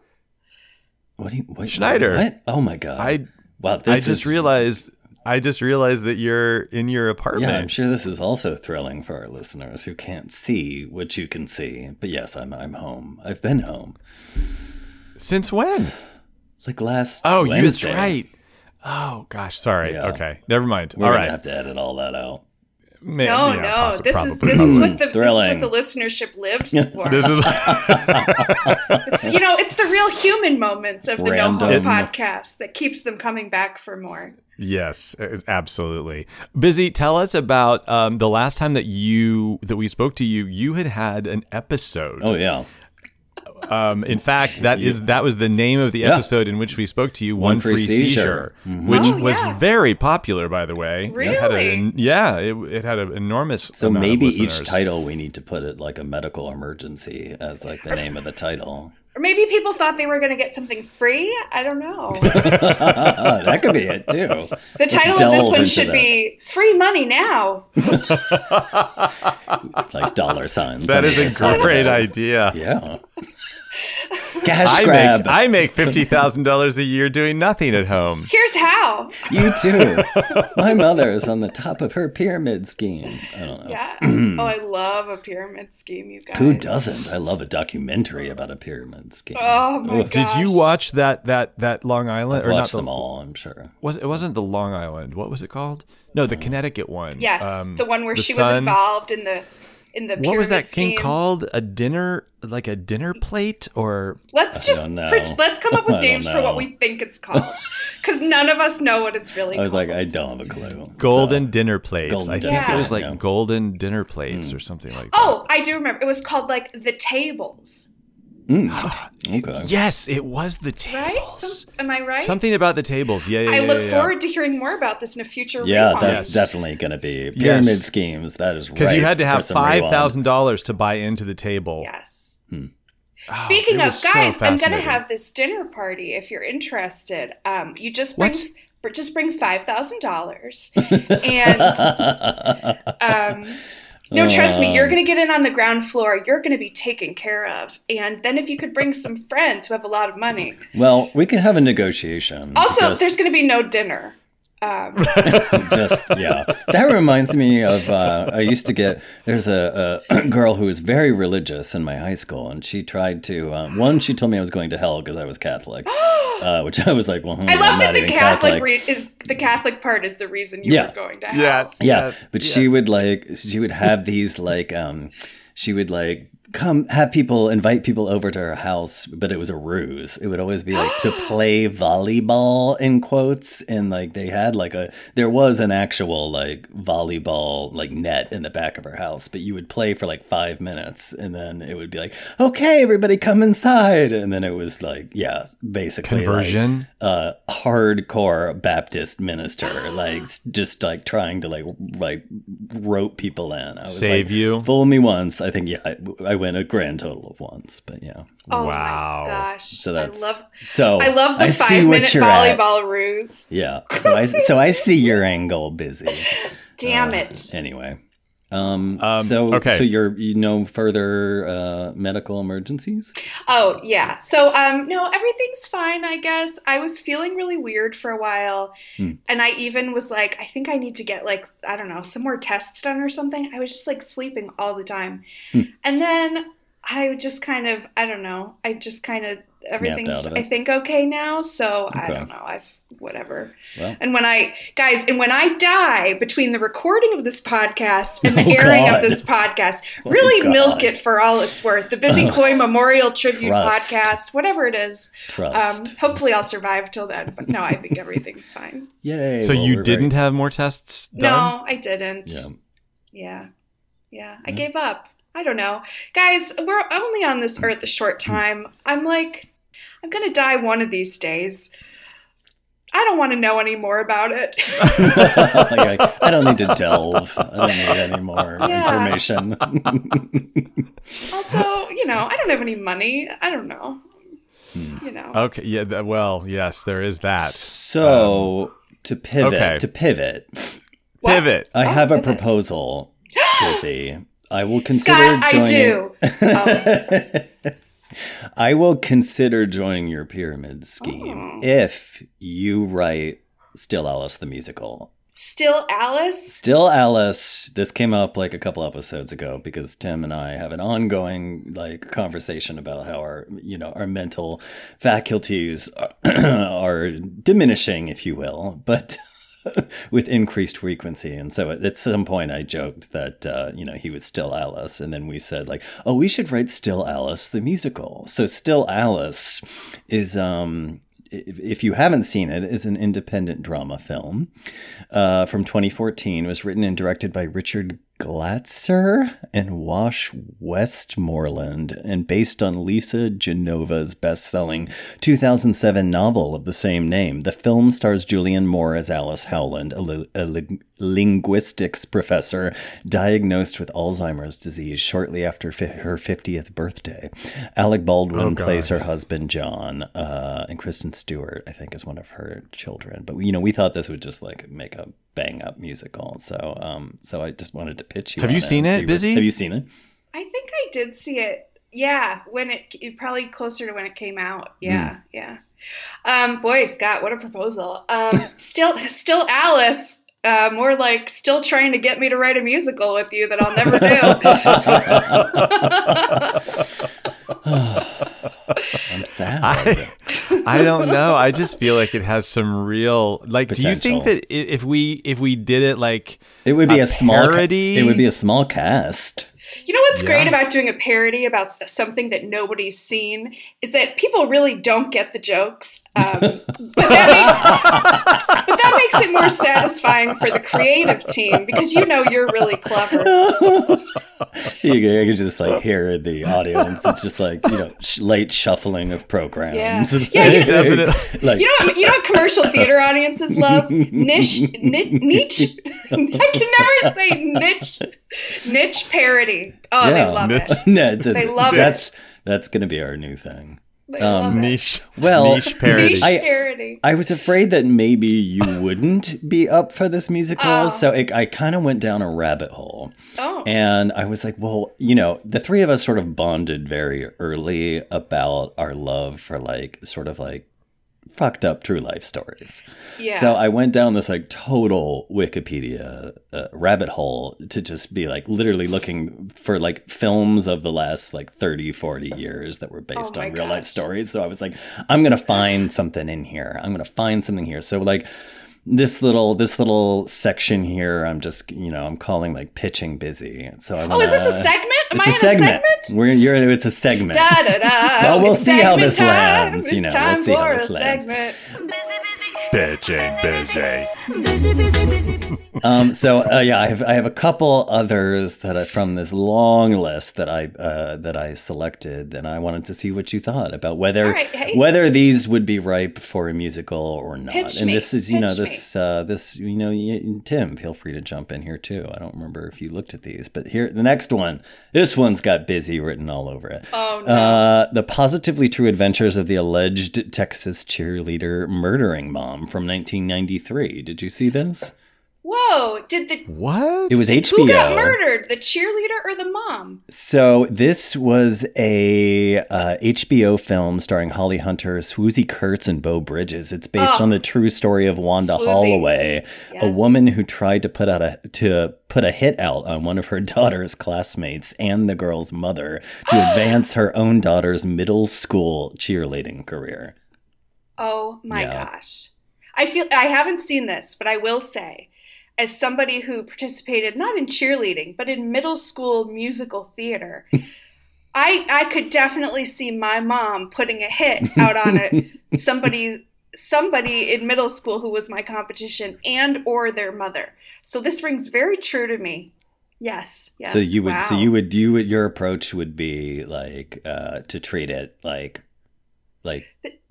[SPEAKER 4] What do you, what,
[SPEAKER 3] Schneider.
[SPEAKER 4] What? Oh my god.
[SPEAKER 3] i
[SPEAKER 4] wow. This
[SPEAKER 3] I just
[SPEAKER 4] is,
[SPEAKER 3] realized I just realized that you're in your apartment.
[SPEAKER 4] Yeah, I'm sure this is also thrilling for our listeners who can't see what you can see. But yes, I'm I'm home. I've been home.
[SPEAKER 3] Since when?
[SPEAKER 4] Like last.
[SPEAKER 3] Oh, you, that's
[SPEAKER 4] Wednesday.
[SPEAKER 3] right. Oh gosh, sorry.
[SPEAKER 4] Yeah.
[SPEAKER 3] Okay, never mind.
[SPEAKER 4] We're
[SPEAKER 3] All
[SPEAKER 4] gonna
[SPEAKER 3] right.
[SPEAKER 4] have to edit all that out.
[SPEAKER 3] Ma-
[SPEAKER 5] No,
[SPEAKER 3] yeah,
[SPEAKER 5] no.
[SPEAKER 3] possi-
[SPEAKER 5] this is
[SPEAKER 3] probably, Hmm.
[SPEAKER 5] this is what the this is
[SPEAKER 4] Thrilling.
[SPEAKER 5] what the listenership lives for.
[SPEAKER 3] This is
[SPEAKER 5] It's- you know, it's the real human moments of the No Hope
[SPEAKER 4] Random.
[SPEAKER 5] podcast that keeps them coming back for more.
[SPEAKER 3] yes, a- absolutely. Busy, tell us about um, the last time that you that we spoke to you. You had had an episode.
[SPEAKER 4] Oh yeah,
[SPEAKER 3] Um, in fact, that is that was the name of the
[SPEAKER 4] Yeah.
[SPEAKER 3] episode in which we spoke to you. One, free, seizure, which
[SPEAKER 4] Mm-hmm.
[SPEAKER 5] Oh,
[SPEAKER 3] was
[SPEAKER 5] yeah.
[SPEAKER 3] very popular, by the way. It had
[SPEAKER 5] Really?
[SPEAKER 3] an, yeah, it, it had an enormous.
[SPEAKER 4] so
[SPEAKER 3] amount of
[SPEAKER 4] maybe each
[SPEAKER 3] listeners.
[SPEAKER 4] title we need to put it like a medical emergency as like the name of the title.
[SPEAKER 5] Or maybe people thought they were going to get something free. I don't know.
[SPEAKER 4] that could be it too.
[SPEAKER 5] The title of
[SPEAKER 4] delve
[SPEAKER 5] this one
[SPEAKER 4] into
[SPEAKER 5] should
[SPEAKER 4] that.
[SPEAKER 5] be "Free Money Now."
[SPEAKER 4] Like dollar signs.
[SPEAKER 3] That is a
[SPEAKER 4] Something like
[SPEAKER 3] great
[SPEAKER 4] that.
[SPEAKER 3] idea.
[SPEAKER 4] Yeah. Cash
[SPEAKER 3] I
[SPEAKER 4] grab.
[SPEAKER 3] make I make fifty thousand dollars a year doing nothing at home.
[SPEAKER 5] Here's how.
[SPEAKER 4] you too. My mother is on the top of her pyramid scheme. I don't know.
[SPEAKER 5] Yeah. oh, I love a pyramid scheme, you guys.
[SPEAKER 4] Who doesn't? I love a documentary about a pyramid scheme.
[SPEAKER 5] Oh my
[SPEAKER 4] Ugh,
[SPEAKER 5] god.
[SPEAKER 3] Did you watch that that that Long Island or not
[SPEAKER 4] Watch
[SPEAKER 3] the,
[SPEAKER 4] them all, I'm sure.
[SPEAKER 3] Was it wasn't the Long Island? What was it called? No,
[SPEAKER 4] Uh,
[SPEAKER 3] the Connecticut one.
[SPEAKER 5] Yes,
[SPEAKER 3] Um,
[SPEAKER 5] the one where she was
[SPEAKER 3] Sun.
[SPEAKER 5] involved in the in the.
[SPEAKER 3] What was
[SPEAKER 5] pyramid
[SPEAKER 3] that king
[SPEAKER 5] scheme.
[SPEAKER 3] called? A dinner like a dinner plate or
[SPEAKER 5] Let's just
[SPEAKER 4] don't know.
[SPEAKER 5] pret- let's come up
[SPEAKER 4] I
[SPEAKER 5] with
[SPEAKER 4] don't
[SPEAKER 5] names for
[SPEAKER 4] know.
[SPEAKER 5] what we think it's called, because none of us know what it's really.
[SPEAKER 4] I was
[SPEAKER 5] called.
[SPEAKER 4] like, I don't have a clue.
[SPEAKER 3] golden dinner plates?
[SPEAKER 4] golden
[SPEAKER 3] I think
[SPEAKER 5] dinner
[SPEAKER 3] it was
[SPEAKER 4] plate,
[SPEAKER 3] like
[SPEAKER 4] yeah. Hmm.
[SPEAKER 3] golden dinner plates or something like
[SPEAKER 5] Oh, I do remember. It was called like the tables,
[SPEAKER 4] So, okay.
[SPEAKER 3] that. Yes, it was the
[SPEAKER 5] right?
[SPEAKER 3] tables.
[SPEAKER 5] Some- am I right?
[SPEAKER 3] Something about the tables. Yeah, yeah,
[SPEAKER 5] I
[SPEAKER 3] yeah,
[SPEAKER 5] look
[SPEAKER 3] yeah,
[SPEAKER 5] forward to hearing more about this in a future.
[SPEAKER 4] Yeah,
[SPEAKER 5] rewind.
[SPEAKER 4] that's
[SPEAKER 3] Yes.
[SPEAKER 4] definitely going to be pyramid
[SPEAKER 3] Yes.
[SPEAKER 4] schemes. That is right.
[SPEAKER 3] Because you had to have
[SPEAKER 4] for some rewind.
[SPEAKER 3] five thousand dollars to buy into the table.
[SPEAKER 5] Yes.
[SPEAKER 3] Oh,
[SPEAKER 5] Speaking
[SPEAKER 3] it
[SPEAKER 5] of
[SPEAKER 3] was so
[SPEAKER 5] guys, I'm gonna
[SPEAKER 3] fascinating.
[SPEAKER 5] have this dinner party if you're interested. Um, you just bring
[SPEAKER 3] What?
[SPEAKER 5] br- just bring five thousand dollars, and um, no, trust me, you're
[SPEAKER 4] Uh.
[SPEAKER 5] gonna get in on the ground floor. You're gonna be taken care of, and then if you could bring some friends who have a lot of money.
[SPEAKER 4] Well, we could have a negotiation.
[SPEAKER 5] Also,
[SPEAKER 4] because-
[SPEAKER 5] there's gonna be no dinner. Um,
[SPEAKER 4] just yeah that reminds me of uh, i used to get there's a, a girl who was very religious in my high school and she tried to um, one she told me i was going to hell because i was catholic uh, which i was like well hmm,
[SPEAKER 5] I
[SPEAKER 4] I'm
[SPEAKER 5] love that
[SPEAKER 4] not
[SPEAKER 5] the
[SPEAKER 4] even
[SPEAKER 5] Catholic re- is the Catholic part is the reason you
[SPEAKER 4] Yeah.
[SPEAKER 5] were going to hell.
[SPEAKER 3] Yes.
[SPEAKER 4] yeah
[SPEAKER 3] yes,
[SPEAKER 4] but she
[SPEAKER 3] yes.
[SPEAKER 4] would like she would have these like um she would like come have people invite people over to her house but it was a ruse it would always be like to play volleyball in quotes and like they had like a there was an actual like volleyball like net in the back of her house but you would play for like five minutes and then it would be like okay everybody come inside and then it was like yeah basically like,
[SPEAKER 3] conversion.
[SPEAKER 4] a hardcore Baptist minister, like s- just like trying to like like rope people in. I was
[SPEAKER 3] Save
[SPEAKER 4] like,
[SPEAKER 3] you.
[SPEAKER 4] Fool me once. I think yeah, I, I win a grand total of once, but yeah.
[SPEAKER 5] Oh
[SPEAKER 3] Wow.
[SPEAKER 5] my gosh.
[SPEAKER 4] So that's
[SPEAKER 5] I love
[SPEAKER 4] so.
[SPEAKER 5] I love the
[SPEAKER 4] I see
[SPEAKER 5] five
[SPEAKER 4] what
[SPEAKER 5] minute
[SPEAKER 4] you're at.
[SPEAKER 5] volleyball ruse.
[SPEAKER 4] Yeah. So I so I see your angle, busy.
[SPEAKER 5] Damn
[SPEAKER 4] Uh,
[SPEAKER 5] it.
[SPEAKER 4] Anyway. Um,
[SPEAKER 3] Um,
[SPEAKER 4] so
[SPEAKER 3] okay.
[SPEAKER 4] so you're you know further uh, medical emergencies?
[SPEAKER 5] Oh yeah. So um no, everything's fine, I guess. I was feeling really weird for a while
[SPEAKER 4] Hmm.
[SPEAKER 5] and I even was like, I think I need to get like, I don't know, some more tests done or something. I was just like sleeping all the time.
[SPEAKER 4] Hmm.
[SPEAKER 5] And then I just kind of I don't know. I just kind of everything's
[SPEAKER 4] out of it.
[SPEAKER 5] I think okay now, so I
[SPEAKER 4] Okay.
[SPEAKER 5] don't know. I've whatever.
[SPEAKER 4] Well.
[SPEAKER 5] And when I guys, and when I die between the recording of this podcast and the
[SPEAKER 4] Oh,
[SPEAKER 5] airing
[SPEAKER 4] God.
[SPEAKER 5] of this podcast,
[SPEAKER 4] Oh,
[SPEAKER 5] really
[SPEAKER 4] God.
[SPEAKER 5] milk it for all it's worth. The Busy Koi Memorial Tribute
[SPEAKER 4] Trust.
[SPEAKER 5] Podcast, whatever it is.
[SPEAKER 4] Trust.
[SPEAKER 5] Um, hopefully, I'll survive till then. But no, I think everything's fine.
[SPEAKER 4] Yay.
[SPEAKER 3] So
[SPEAKER 4] well,
[SPEAKER 3] you
[SPEAKER 4] we're very-
[SPEAKER 3] didn't have more tests done?
[SPEAKER 5] No, I didn't.
[SPEAKER 4] Yeah.
[SPEAKER 5] Yeah. Yeah. I gave up. I don't know. Guys, we're only on
[SPEAKER 4] Mm.
[SPEAKER 5] this earth a short time. I'm like, I'm going to die one of these days. I don't want to know any more about it.
[SPEAKER 4] Like, I, I don't need to delve. I don't need any more
[SPEAKER 5] Yeah.
[SPEAKER 4] information.
[SPEAKER 5] also, you know, I don't have any money. I don't know.
[SPEAKER 4] Mm.
[SPEAKER 5] You know.
[SPEAKER 3] Okay. Yeah. th- well, yes, there is that.
[SPEAKER 4] so to pivot,
[SPEAKER 3] okay.
[SPEAKER 4] to pivot,
[SPEAKER 5] What?
[SPEAKER 3] Pivot.
[SPEAKER 4] I
[SPEAKER 5] Oh,
[SPEAKER 4] have a
[SPEAKER 5] pivot.
[SPEAKER 4] proposal, Lizzie. I will consider
[SPEAKER 5] Scott, I
[SPEAKER 4] joining.
[SPEAKER 5] do. Oh,
[SPEAKER 4] I will consider joining your pyramid scheme
[SPEAKER 5] Oh.
[SPEAKER 4] if you write Still Alice the musical.
[SPEAKER 5] Still Alice.
[SPEAKER 4] Still Alice, this came up like a couple episodes ago because Tim and I have an ongoing like conversation about how our you know our mental faculties are, are diminishing, if you will, but with increased frequency. And so at, at some point, I joked that uh, you know he was still Alice, and then we said like, oh, we should write Still Alice the musical. So Still Alice is um if if you haven't seen it, is an independent drama film uh, from 2014. It was written and directed by Richard Glatzer and Wash Westmoreland, and based on Lisa Genova's best-selling 2007 novel of the same name. The film stars Julianne Moore as Alice Howland, a, li- a li- linguistics professor diagnosed with Alzheimer's disease shortly after fi- her 50th birthday. Alec Baldwin plays her husband John, uh, and Kristen Stewart, I think, is one of her children. But you know, we thought this would just like make a bang-up musical. So, um, so I just wanted to pitch you.
[SPEAKER 3] Have you
[SPEAKER 4] on
[SPEAKER 3] seen
[SPEAKER 4] and
[SPEAKER 3] it,
[SPEAKER 4] see what-
[SPEAKER 3] Busy?
[SPEAKER 4] Have you seen it?
[SPEAKER 5] I think I did see it. Yeah, when it, it probably closer to when it came out. Yeah, yeah. Um, boy, Scott, what a proposal. Um, still, still Alice. Uh, more like still trying to get me to write a musical with you that I'll never do.
[SPEAKER 4] I'm sad.
[SPEAKER 3] I, I don't know. I just feel like it has some real like. Do you think
[SPEAKER 4] Potential.
[SPEAKER 3] that i- if we if we did it like
[SPEAKER 4] it would be
[SPEAKER 3] a
[SPEAKER 4] a, small ca-
[SPEAKER 3] parody?
[SPEAKER 4] It would be a small cast.
[SPEAKER 5] You know what's
[SPEAKER 3] Yeah.
[SPEAKER 5] great about doing a parody about s- something that nobody's seen is that people really don't get the jokes. Um, but, that makes, but that makes it more satisfying for the creative team because you know you're really clever.
[SPEAKER 4] You could, you could just like hear the audience. It's just like you know sh- late shuffling of programs.
[SPEAKER 5] Yeah. Yeah, you-
[SPEAKER 3] Definitely.
[SPEAKER 4] Like
[SPEAKER 5] You know, what, you know what commercial theater audiences love? Niche, ni- niche. I can never say niche, niche parody. Oh,
[SPEAKER 4] Yeah,
[SPEAKER 5] they love
[SPEAKER 3] niche-
[SPEAKER 5] it.
[SPEAKER 4] no, it's a-
[SPEAKER 5] They love it.
[SPEAKER 4] that's that's gonna be our new thing.
[SPEAKER 5] They
[SPEAKER 4] Um,
[SPEAKER 5] love it.
[SPEAKER 3] niche
[SPEAKER 4] Well,
[SPEAKER 3] niche parody?
[SPEAKER 5] Niche
[SPEAKER 4] I-
[SPEAKER 5] parody.
[SPEAKER 4] I was afraid that maybe you wouldn't be up for this musical,
[SPEAKER 5] Oh.
[SPEAKER 4] so it, I kind of went down a rabbit hole.
[SPEAKER 5] Oh,
[SPEAKER 4] And I was like, well, you know, the three of us sort of bonded very early about our love for like sort of like fucked up true life stories.
[SPEAKER 5] yeah.
[SPEAKER 4] So I went down this like total Wikipedia uh, rabbit hole to just be like literally looking for like films of the last like 30, 40 years that were based
[SPEAKER 5] Oh my
[SPEAKER 4] on real life
[SPEAKER 5] gosh.
[SPEAKER 4] stories. So I was like, I'm going to find something in here. I'm going to find something here. So like this little this little section here I'm just you know I'm calling like pitching busy. So I
[SPEAKER 5] oh, is this a
[SPEAKER 4] wanna-
[SPEAKER 5] segment? Am
[SPEAKER 4] uh, It's
[SPEAKER 5] I
[SPEAKER 4] a
[SPEAKER 5] in
[SPEAKER 4] segment.
[SPEAKER 5] a segment?
[SPEAKER 4] We're you're it's a segment.
[SPEAKER 5] da da da.
[SPEAKER 4] Well, we'll
[SPEAKER 5] It's
[SPEAKER 4] see how this
[SPEAKER 5] segment time.
[SPEAKER 4] lands,
[SPEAKER 5] It's
[SPEAKER 4] you know, we'll
[SPEAKER 5] time
[SPEAKER 4] see how
[SPEAKER 5] for
[SPEAKER 4] this
[SPEAKER 5] a
[SPEAKER 4] lands.
[SPEAKER 5] segment.
[SPEAKER 2] Bitch ain't busy.
[SPEAKER 6] Busy, busy, busy, busy.
[SPEAKER 4] um, so uh, yeah, I have I have a couple others that are from this long list that I uh, that I selected, and I wanted to see what you thought about whether
[SPEAKER 5] All right, hey.
[SPEAKER 4] whether these would be ripe for a musical or not.
[SPEAKER 5] Pitch
[SPEAKER 4] and
[SPEAKER 5] me,
[SPEAKER 4] this is you know
[SPEAKER 5] pitch
[SPEAKER 4] this uh, this you know y Tim, feel free to jump in here too. I don't remember if you looked at these, but here the next one. This one's got busy written all over it.
[SPEAKER 5] Oh no.
[SPEAKER 4] Uh, the positively true adventures of the alleged Texas cheerleader murdering mom from 1993. Did you see this?
[SPEAKER 5] Whoa! Did the
[SPEAKER 3] what?
[SPEAKER 4] It was HBO.
[SPEAKER 5] who got murdered? The cheerleader or the mom?
[SPEAKER 4] So this was a uh, HBO film starring Holly Hunter, Swoozy Kurtz, and Bo Bridges. It's based
[SPEAKER 5] Oh.
[SPEAKER 4] on the true story of Wanda
[SPEAKER 5] Swoozie.
[SPEAKER 4] Holloway, a
[SPEAKER 5] Yes.
[SPEAKER 4] woman who tried to put out a to put a hit out on one of her daughter's classmates and the girl's mother to advance her own daughter's middle school cheerleading career.
[SPEAKER 5] Oh my
[SPEAKER 4] Yeah.
[SPEAKER 5] gosh! I feel I haven't seen this, but I will say, as somebody who participated not in cheerleading but in middle school musical theater. I, I could definitely see my mom putting a hit out on it somebody somebody in middle school who was my competition and or their mother so this rings very true to me yes yes
[SPEAKER 4] so you would so
[SPEAKER 5] wow.
[SPEAKER 4] you would you would your approach would be like uh, to treat it like like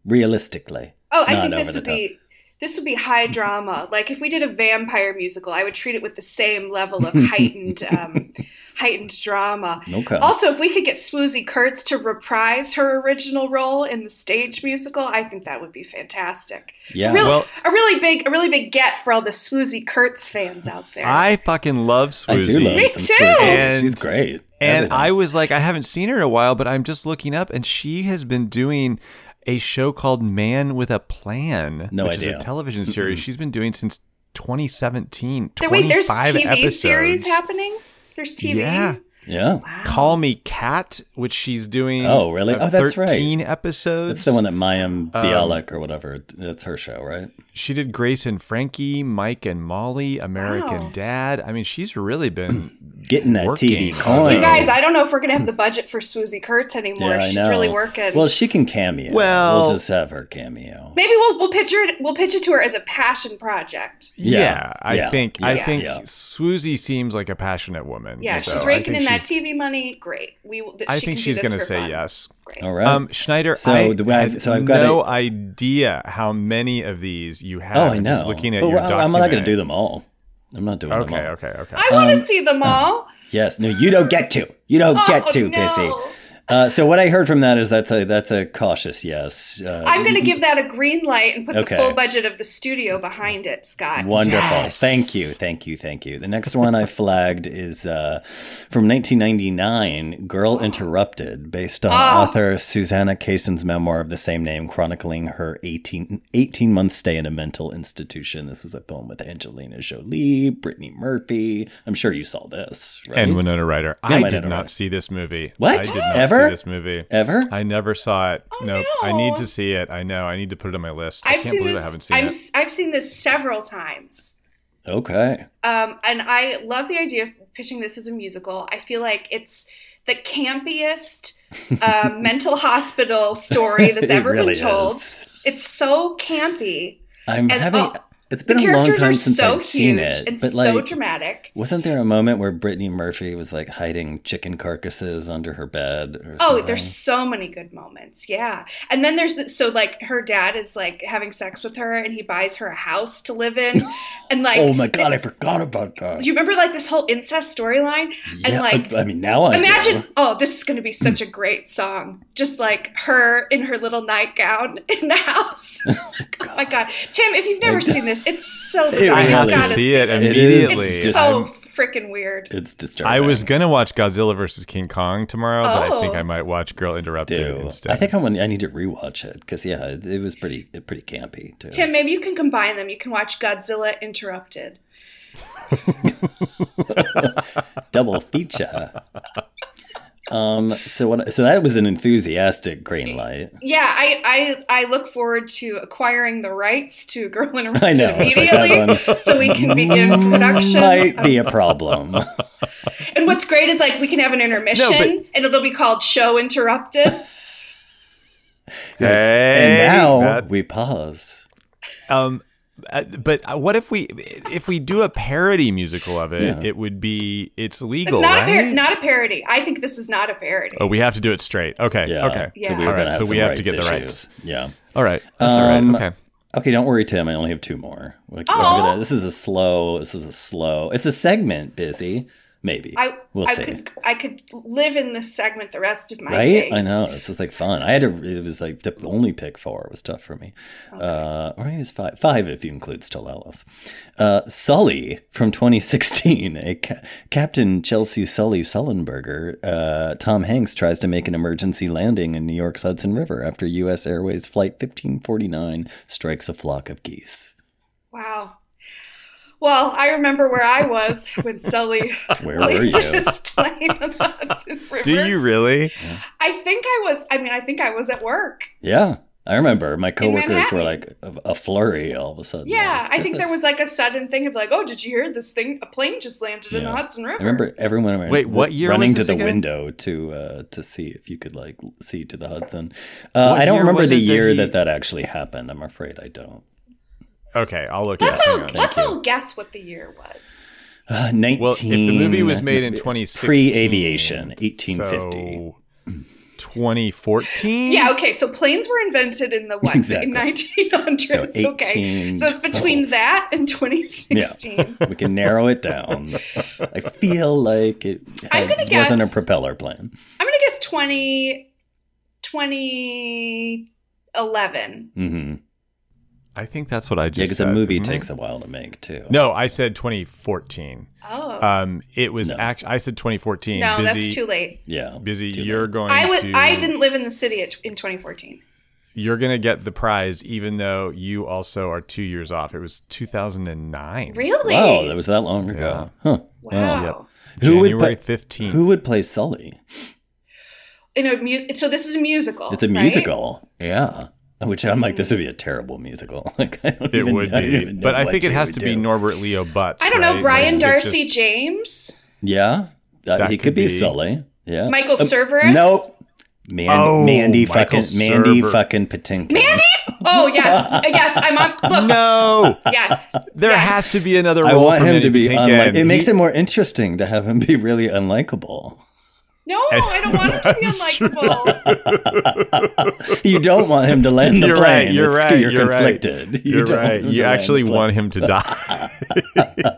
[SPEAKER 4] realistically.
[SPEAKER 5] Oh, I
[SPEAKER 4] Not
[SPEAKER 5] think
[SPEAKER 4] over
[SPEAKER 5] this
[SPEAKER 4] the
[SPEAKER 5] would be this would be high drama. Like if we did a vampire musical, I would treat it with the same level of heightened um, heightened drama.
[SPEAKER 4] Okay.
[SPEAKER 5] Also, if we could get Swoozie Kurtz to reprise her original role in the stage musical, I think that would be fantastic.
[SPEAKER 4] yeah.
[SPEAKER 5] Really,
[SPEAKER 3] Well-
[SPEAKER 5] a really big, a really big get for all the Swoozie Kurtz fans out there.
[SPEAKER 3] I fucking love
[SPEAKER 4] I
[SPEAKER 3] Swoozy.
[SPEAKER 4] do love
[SPEAKER 5] Me
[SPEAKER 4] some
[SPEAKER 5] too.
[SPEAKER 4] Susie.
[SPEAKER 3] And-
[SPEAKER 4] She's great.
[SPEAKER 3] And I
[SPEAKER 4] Everything.
[SPEAKER 3] was like, I haven't seen her in a while, but I'm just looking up, and she has been doing a show called Man with a Plan,
[SPEAKER 4] No
[SPEAKER 3] which
[SPEAKER 4] idea.
[SPEAKER 3] is a television series she's been doing since 2017.
[SPEAKER 5] So wait, there's
[SPEAKER 3] 25
[SPEAKER 5] TV
[SPEAKER 3] episodes.
[SPEAKER 5] series happening. There's TV.
[SPEAKER 3] Yeah.
[SPEAKER 4] Yeah.
[SPEAKER 5] Wow.
[SPEAKER 3] Call Me Cat, which she's doing.
[SPEAKER 4] Oh, really?
[SPEAKER 3] uh,
[SPEAKER 4] Oh, that's right.
[SPEAKER 3] 13 episodes.
[SPEAKER 4] That's the one that Mayim Bialik or whatever. That's her show, right?
[SPEAKER 3] She did Grace and Frankie, Mike and Molly, American
[SPEAKER 5] Wow.
[SPEAKER 3] Dad. I mean, she's really been
[SPEAKER 4] Getting that
[SPEAKER 3] Working.
[SPEAKER 4] TV coin.
[SPEAKER 5] You guys, I don't know if we're gonna have the budget for Swoozy Kurtz anymore.
[SPEAKER 4] Oh. I
[SPEAKER 5] She's
[SPEAKER 4] know.
[SPEAKER 5] really working.
[SPEAKER 4] Well, she can cameo.
[SPEAKER 3] Well-
[SPEAKER 4] we'll just have her cameo.
[SPEAKER 5] Maybe we'll we'll picture it. We'll pitch it to her as a passion project.
[SPEAKER 3] yeah,
[SPEAKER 4] Yeah.
[SPEAKER 3] I
[SPEAKER 4] Yeah.
[SPEAKER 3] think I
[SPEAKER 5] Yeah.
[SPEAKER 3] think
[SPEAKER 4] Yeah.
[SPEAKER 3] Swoozy seems like a passionate woman.
[SPEAKER 5] Yeah,
[SPEAKER 3] so
[SPEAKER 5] she's
[SPEAKER 3] I
[SPEAKER 5] raking
[SPEAKER 3] think
[SPEAKER 5] in that
[SPEAKER 3] she's-
[SPEAKER 5] TV money. Great. We. will- That
[SPEAKER 3] I
[SPEAKER 5] she
[SPEAKER 3] think
[SPEAKER 5] can do
[SPEAKER 3] she's
[SPEAKER 5] this
[SPEAKER 3] going to
[SPEAKER 5] for
[SPEAKER 3] say
[SPEAKER 5] fun.
[SPEAKER 3] yes.
[SPEAKER 5] Great.
[SPEAKER 4] All right.
[SPEAKER 3] Um, Schneider,
[SPEAKER 4] Uh, So
[SPEAKER 3] I
[SPEAKER 4] the way I-
[SPEAKER 3] have
[SPEAKER 4] so I've got
[SPEAKER 3] no idea how many of these you have.
[SPEAKER 4] oh, I
[SPEAKER 3] I'm
[SPEAKER 4] know.
[SPEAKER 3] Just looking at
[SPEAKER 4] But
[SPEAKER 3] your
[SPEAKER 4] I'm- I'm not going
[SPEAKER 3] document.
[SPEAKER 4] to do them all. I'm not doing them
[SPEAKER 3] Okay,
[SPEAKER 4] all.
[SPEAKER 3] okay, okay.
[SPEAKER 5] I want to
[SPEAKER 4] Um,
[SPEAKER 5] see them all.
[SPEAKER 4] Yes. No, you don't get to. You don't get
[SPEAKER 5] oh,
[SPEAKER 4] to,
[SPEAKER 5] no.
[SPEAKER 4] Pissy. Uh, so what I heard from that is that's a that's a cautious yes. Uh,
[SPEAKER 5] I'm going to give that a green light and put
[SPEAKER 4] Okay.
[SPEAKER 5] the full budget of the studio behind it, Scott.
[SPEAKER 4] Wonderful.
[SPEAKER 3] Yes.
[SPEAKER 4] Thank you. Thank you. Thank you. The next one I flagged is uh, from 1999, Girl Interrupted, based on
[SPEAKER 5] Ah.
[SPEAKER 4] author Susanna Kaysen's memoir of the same name, chronicling her 18, 18 month stay in a mental institution. This was a film with Angelina Jolie, Brittany Murphy. I'm sure you saw this, right?
[SPEAKER 3] and Winona Ryder. I
[SPEAKER 4] Winona
[SPEAKER 3] did not
[SPEAKER 4] Ryder.
[SPEAKER 3] see this movie.
[SPEAKER 4] What?
[SPEAKER 3] I did not
[SPEAKER 4] Ever?
[SPEAKER 3] see this movie.
[SPEAKER 4] Ever?
[SPEAKER 3] I never saw it.
[SPEAKER 5] Oh,
[SPEAKER 3] nope. I need
[SPEAKER 5] no.
[SPEAKER 3] to see it. I know. I need to put it on my list. I
[SPEAKER 5] I've
[SPEAKER 3] can't
[SPEAKER 5] seen
[SPEAKER 3] believe
[SPEAKER 5] this.
[SPEAKER 3] I haven't seen
[SPEAKER 5] I'm,
[SPEAKER 3] it.
[SPEAKER 5] s- I've seen this several times.
[SPEAKER 4] Okay.
[SPEAKER 5] Um, and I love the idea of pitching this as a musical. I feel like it's the campiest uh, mental hospital story that's
[SPEAKER 4] It
[SPEAKER 5] ever
[SPEAKER 4] really
[SPEAKER 5] been told.
[SPEAKER 4] is.
[SPEAKER 5] It's so campy.
[SPEAKER 4] I'm
[SPEAKER 5] And,
[SPEAKER 4] having.
[SPEAKER 5] oh,
[SPEAKER 4] it's
[SPEAKER 5] The
[SPEAKER 4] been a long
[SPEAKER 5] characters
[SPEAKER 4] time
[SPEAKER 5] are
[SPEAKER 4] since
[SPEAKER 5] so
[SPEAKER 4] I've seen
[SPEAKER 5] huge
[SPEAKER 4] it,
[SPEAKER 5] and
[SPEAKER 4] but
[SPEAKER 5] so
[SPEAKER 4] like,
[SPEAKER 5] dramatic.
[SPEAKER 4] wasn't there a moment where Brittany Murphy was like hiding chicken carcasses under her bed? Or
[SPEAKER 5] Oh,
[SPEAKER 4] something?
[SPEAKER 5] there's so many good moments. Yeah. And then there's the, so like her dad is like having sex with her and he buys her a house to live in. And like
[SPEAKER 4] oh my god, I forgot about that.
[SPEAKER 5] you remember like this whole incest storyline?
[SPEAKER 4] yeah,
[SPEAKER 5] like,
[SPEAKER 4] I, I mean, now I do.
[SPEAKER 5] Imagine oh, this is gonna be such a great song. Just like her in her little nightgown in the house. oh my god. Tim, if you've never
[SPEAKER 4] Like-
[SPEAKER 5] seen this this, it's so
[SPEAKER 4] It
[SPEAKER 5] good.
[SPEAKER 3] I
[SPEAKER 4] really
[SPEAKER 5] You've
[SPEAKER 3] have to
[SPEAKER 5] gotta
[SPEAKER 3] see it
[SPEAKER 4] It is
[SPEAKER 3] immediately.
[SPEAKER 5] It's
[SPEAKER 4] just-
[SPEAKER 5] so
[SPEAKER 3] I'm-
[SPEAKER 5] freaking weird.
[SPEAKER 4] it's disturbing.
[SPEAKER 3] I was gonna watch Godzilla versus King Kong tomorrow, but I think
[SPEAKER 5] Oh.
[SPEAKER 3] I might watch Girl Interrupted
[SPEAKER 4] do.
[SPEAKER 3] instead.
[SPEAKER 4] I think I'm gonna, I need to rewatch it because yeah, it, it was pretty pretty campy too.
[SPEAKER 5] Tim, maybe you can combine them. You can watch Godzilla Interrupted.
[SPEAKER 4] Double feature. um. So what? So that was an enthusiastic green light.
[SPEAKER 5] Yeah, I, I I look forward to acquiring the rights to Girl Interrupted
[SPEAKER 4] I know. it's like, that
[SPEAKER 5] immediately
[SPEAKER 4] one
[SPEAKER 5] so we can begin production.
[SPEAKER 4] Might be a problem.
[SPEAKER 5] And what's great is like we can have an intermission and it'll be called Show Interrupted.
[SPEAKER 3] hey,
[SPEAKER 4] and now
[SPEAKER 3] that-
[SPEAKER 4] we pause.
[SPEAKER 3] Um, uh, but uh, what if we if we do a parody musical of it?
[SPEAKER 4] Yeah.
[SPEAKER 3] It would be it's
[SPEAKER 5] It's
[SPEAKER 3] legal,
[SPEAKER 5] not a
[SPEAKER 3] right?
[SPEAKER 5] par- not a parody. I think this is not a parody.
[SPEAKER 3] oh, we have to do it straight. Okay,
[SPEAKER 4] Yeah.
[SPEAKER 3] okay,
[SPEAKER 5] Yeah.
[SPEAKER 4] we
[SPEAKER 5] All
[SPEAKER 4] were
[SPEAKER 3] right,
[SPEAKER 4] gonna
[SPEAKER 3] so we
[SPEAKER 4] some
[SPEAKER 3] have to get the
[SPEAKER 4] rights issues. Yeah.
[SPEAKER 3] all right, that's all
[SPEAKER 4] Um,
[SPEAKER 3] right. Okay,
[SPEAKER 4] Okay, don't worry, Tim. I only have two more. Like, we're
[SPEAKER 5] Aw.
[SPEAKER 4] gonna- this is a slow. This is a slow. It's a segment, busy. Maybe
[SPEAKER 5] I
[SPEAKER 4] we'll
[SPEAKER 5] I
[SPEAKER 4] see.
[SPEAKER 5] could I could live in this segment the rest of my
[SPEAKER 4] right?
[SPEAKER 5] days.
[SPEAKER 4] I know. It's just like fun. I had to. It was like to only pick four. It was tough for me. Uh, or maybe it was five. Five if you include Still Alice. Uh, Sully from 2016. A ca- Captain Chelsea Sully Sullenberger. Uh, Tom Hanks tries to make an emergency landing in New York's Hudson River after U.S. Airways Flight 1549 strikes a flock of geese.
[SPEAKER 5] Wow. Well, I remember where I was when Sully
[SPEAKER 4] Where were you?
[SPEAKER 5] just played on the Hudson River.
[SPEAKER 3] do you really?
[SPEAKER 5] I think I was I mean I think I was at work.
[SPEAKER 4] Yeah, I remember my coworkers were
[SPEAKER 5] Manhattan.
[SPEAKER 4] like a, a flurry all of a sudden.
[SPEAKER 5] Yeah,
[SPEAKER 4] Like,
[SPEAKER 5] I
[SPEAKER 4] there's
[SPEAKER 5] think
[SPEAKER 4] a-
[SPEAKER 5] there was like a sudden thing of like, oh, did you hear this thing? A plane just landed in the
[SPEAKER 4] Yeah.
[SPEAKER 5] Hudson River.
[SPEAKER 4] I remember everyone. ran-
[SPEAKER 3] Wait, what year
[SPEAKER 4] Running
[SPEAKER 3] was
[SPEAKER 4] to
[SPEAKER 3] this
[SPEAKER 4] the
[SPEAKER 3] again?
[SPEAKER 4] window to uh, to see if you could like see to the Hudson. Uh,
[SPEAKER 3] What
[SPEAKER 4] I don't
[SPEAKER 3] year
[SPEAKER 4] remember
[SPEAKER 3] was
[SPEAKER 4] the
[SPEAKER 3] it that
[SPEAKER 4] year
[SPEAKER 3] he-
[SPEAKER 4] that that actually happened. I'm afraid I don't.
[SPEAKER 3] Okay, I'll look.
[SPEAKER 5] Let's
[SPEAKER 3] it up.
[SPEAKER 5] all
[SPEAKER 3] Hang on.
[SPEAKER 5] let's
[SPEAKER 4] you.
[SPEAKER 5] all guess what the year was.
[SPEAKER 4] Uh, Nineteen.
[SPEAKER 3] Well, if the movie was made in 2016,
[SPEAKER 4] pre-aviation, 1850.
[SPEAKER 3] so 2014.
[SPEAKER 5] Yeah, okay. So planes were invented in the what?
[SPEAKER 4] Exactly.
[SPEAKER 5] In 1900s.
[SPEAKER 4] So
[SPEAKER 5] okay. So it's
[SPEAKER 4] 1812.
[SPEAKER 5] between that and 2016.
[SPEAKER 4] we can narrow it down. I feel like it
[SPEAKER 5] I'm
[SPEAKER 4] had-
[SPEAKER 5] gonna
[SPEAKER 4] wasn't a
[SPEAKER 5] guess-
[SPEAKER 4] propeller plane.
[SPEAKER 5] I'm going to guess 20 2011.
[SPEAKER 4] Mm-hmm.
[SPEAKER 3] I think that's what I
[SPEAKER 4] Yeah,
[SPEAKER 3] just.
[SPEAKER 4] because
[SPEAKER 3] said,
[SPEAKER 4] a movie
[SPEAKER 3] isn't it?
[SPEAKER 4] takes a while to make too.
[SPEAKER 3] No, I said 2014.
[SPEAKER 5] Oh.
[SPEAKER 3] Um, it was
[SPEAKER 4] No.
[SPEAKER 3] act I said 2014.
[SPEAKER 5] no,
[SPEAKER 3] busy,
[SPEAKER 5] that's too late.
[SPEAKER 4] Yeah.
[SPEAKER 3] Busy.
[SPEAKER 4] too
[SPEAKER 3] You're going
[SPEAKER 5] I was
[SPEAKER 3] to.
[SPEAKER 5] I didn't live in the city at, in 2014.
[SPEAKER 3] you're going to get the prize, even though you also are two years off. It was 2009.
[SPEAKER 5] Really?
[SPEAKER 4] Wow, that was that long ago. Huh.
[SPEAKER 5] Wow.
[SPEAKER 4] Who would
[SPEAKER 3] January
[SPEAKER 4] put-
[SPEAKER 3] 15th.
[SPEAKER 4] Who would play Sully?
[SPEAKER 5] In a mu- so this is a musical.
[SPEAKER 4] It's a
[SPEAKER 5] Oh, right? Hmm.
[SPEAKER 4] musical. Yeah. Which I'm like, this would be a terrible musical. Like I don't
[SPEAKER 3] it
[SPEAKER 4] even-
[SPEAKER 3] would
[SPEAKER 4] I don't
[SPEAKER 3] be.
[SPEAKER 4] even know
[SPEAKER 3] But I
[SPEAKER 4] what
[SPEAKER 3] think it
[SPEAKER 4] you
[SPEAKER 3] has
[SPEAKER 4] would
[SPEAKER 3] to be
[SPEAKER 4] do.
[SPEAKER 3] Norbert Leo Butts.
[SPEAKER 5] I don't know.
[SPEAKER 3] right?
[SPEAKER 5] Brian
[SPEAKER 3] Like, it
[SPEAKER 5] Darcy
[SPEAKER 3] just-
[SPEAKER 5] James,
[SPEAKER 4] Yeah. That,
[SPEAKER 3] That
[SPEAKER 4] he
[SPEAKER 3] could
[SPEAKER 4] could be,
[SPEAKER 3] be-
[SPEAKER 4] Sully. Yeah.
[SPEAKER 5] Michael
[SPEAKER 4] Um,
[SPEAKER 5] Cerverus.
[SPEAKER 4] Nope. Mandy,
[SPEAKER 3] Oh,
[SPEAKER 4] Mandy
[SPEAKER 3] Michael
[SPEAKER 4] fucking Mandy
[SPEAKER 3] Cerver-
[SPEAKER 4] fucking Patinkin.
[SPEAKER 5] Mandy. Oh yes, yes. I'm on. Look.
[SPEAKER 3] No,
[SPEAKER 5] Yes.
[SPEAKER 3] there
[SPEAKER 5] yes.
[SPEAKER 3] has to be another
[SPEAKER 4] I
[SPEAKER 3] role
[SPEAKER 4] want
[SPEAKER 3] for
[SPEAKER 4] him to
[SPEAKER 3] Mandy
[SPEAKER 4] be
[SPEAKER 3] Patinkin.
[SPEAKER 4] unlike. It makes
[SPEAKER 3] He-
[SPEAKER 4] it more interesting to have him be really unlikable.
[SPEAKER 5] No, I don't want it to be
[SPEAKER 3] That's true.
[SPEAKER 5] unlikable.
[SPEAKER 4] you don't want him to land the
[SPEAKER 3] You're
[SPEAKER 4] plane.
[SPEAKER 3] right. You're
[SPEAKER 4] It's-
[SPEAKER 3] right.
[SPEAKER 4] You're,
[SPEAKER 3] You're right.
[SPEAKER 4] conflicted. You
[SPEAKER 3] You're
[SPEAKER 4] don't want
[SPEAKER 3] right.
[SPEAKER 4] him to
[SPEAKER 3] You
[SPEAKER 4] land
[SPEAKER 3] actually
[SPEAKER 4] the plane.
[SPEAKER 3] want him to die,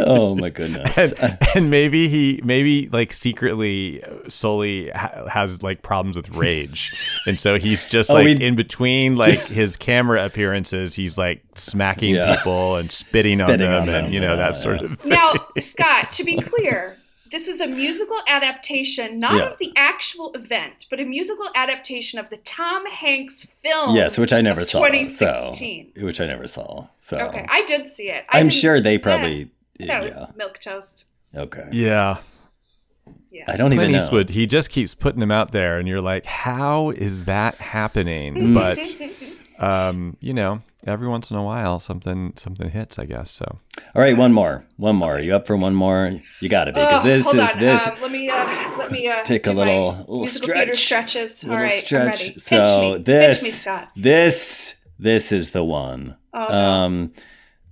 [SPEAKER 4] Oh my goodness.
[SPEAKER 3] and maybe he, maybe like secretly, uh, Sully ha- has like problems with rage, and so he's just
[SPEAKER 4] Oh,
[SPEAKER 3] like
[SPEAKER 4] we-
[SPEAKER 3] in between like his camera appearances, he's like smacking
[SPEAKER 4] Yeah.
[SPEAKER 3] people and spitting,
[SPEAKER 4] Spitting
[SPEAKER 3] on them,
[SPEAKER 4] on
[SPEAKER 3] and
[SPEAKER 4] them,
[SPEAKER 3] you know that
[SPEAKER 4] yeah,
[SPEAKER 3] sort
[SPEAKER 4] yeah.
[SPEAKER 3] of.
[SPEAKER 5] Now, Scott, to be clear, this is a musical adaptation, not
[SPEAKER 4] Yeah.
[SPEAKER 5] of the actual event, but a musical adaptation of the Tom Hanks film.
[SPEAKER 4] yes, which I never
[SPEAKER 5] of
[SPEAKER 4] saw.
[SPEAKER 5] 2016.
[SPEAKER 4] So, which I never saw. So
[SPEAKER 5] Okay, I did see it. I
[SPEAKER 4] I'm
[SPEAKER 5] didn't-
[SPEAKER 4] sure they probably.
[SPEAKER 5] I
[SPEAKER 4] Yeah.
[SPEAKER 5] thought it was milk toast.
[SPEAKER 4] Okay.
[SPEAKER 3] Yeah,
[SPEAKER 5] Yeah.
[SPEAKER 4] I don't
[SPEAKER 3] Clint
[SPEAKER 4] even know.
[SPEAKER 3] Eastwood. He just keeps putting them out there, and you're like, how is that
[SPEAKER 4] Mm.
[SPEAKER 3] happening? But um, you know, every once in a while, something something hits, I guess. So
[SPEAKER 4] All right, one more. One more. Are you up for one more? You got to be
[SPEAKER 5] Oh,
[SPEAKER 4] because this
[SPEAKER 5] hold
[SPEAKER 4] is
[SPEAKER 5] on.
[SPEAKER 4] this.
[SPEAKER 5] Um, let me uh, let me uh,
[SPEAKER 4] Take a
[SPEAKER 5] do my
[SPEAKER 4] little- little
[SPEAKER 5] musical theater
[SPEAKER 4] stretch.
[SPEAKER 5] stretches. All
[SPEAKER 4] little
[SPEAKER 5] right,
[SPEAKER 4] stretch.
[SPEAKER 5] I'm ready.
[SPEAKER 4] So
[SPEAKER 5] Pinch me.
[SPEAKER 4] this,
[SPEAKER 5] Pinch me, Scott.
[SPEAKER 4] this, this is the one.
[SPEAKER 5] Oh, no.
[SPEAKER 4] um,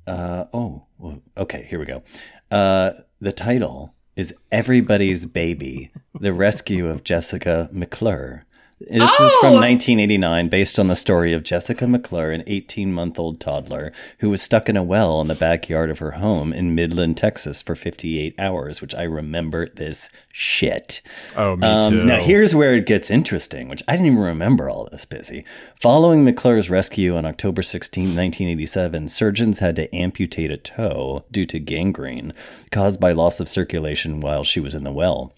[SPEAKER 4] uh, oh, well, okay. Here we go. Uh, the title is "Everybody's Baby: The Rescue of Jessica McClure." This was from
[SPEAKER 5] Oh!
[SPEAKER 4] 1989, based on the story of Jessica McClure, an 18 month old toddler who was stuck in a well in the backyard of her home in Midland, Texas for 58 hours, which I remember this shit.
[SPEAKER 3] oh, me too.
[SPEAKER 4] Um, now, here's where it gets interesting, which I didn't even remember all this busy. Following McClure's rescue on October 16, 1987, surgeons had to amputate a toe due to gangrene caused by loss of circulation while she was in the well.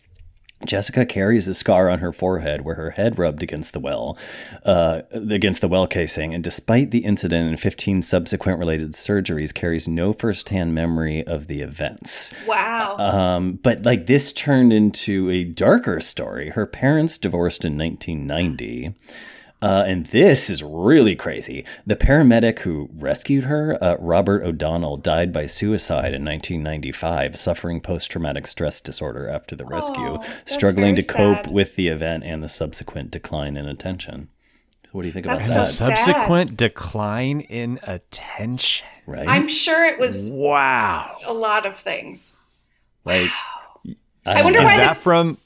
[SPEAKER 4] Jessica carries a scar on her forehead where her head rubbed against the well, uh, against the well casing, and despite the incident and 15 subsequent related surgeries, carries no firsthand memory of the events.
[SPEAKER 5] Wow.
[SPEAKER 4] Um, but like this turned into a darker story. Her parents divorced in 1990. Uh, and this is really crazy. The paramedic who rescued her, uh, Robert O'Donnell, died by suicide in 1995, suffering post traumatic stress disorder after the rescue,
[SPEAKER 5] Oh, that's
[SPEAKER 4] struggling to
[SPEAKER 5] very
[SPEAKER 4] cope
[SPEAKER 5] sad.
[SPEAKER 4] with the event and the subsequent decline in attention. What do you think about
[SPEAKER 5] That's
[SPEAKER 3] and
[SPEAKER 5] so
[SPEAKER 3] a
[SPEAKER 4] that?
[SPEAKER 5] sad.
[SPEAKER 3] subsequent decline in attention.
[SPEAKER 4] right?
[SPEAKER 5] I'm sure it
[SPEAKER 4] Mm.
[SPEAKER 5] was
[SPEAKER 3] Wow.
[SPEAKER 5] a lot of things.
[SPEAKER 4] like,
[SPEAKER 5] I wonder
[SPEAKER 3] Is
[SPEAKER 5] why the-
[SPEAKER 3] that from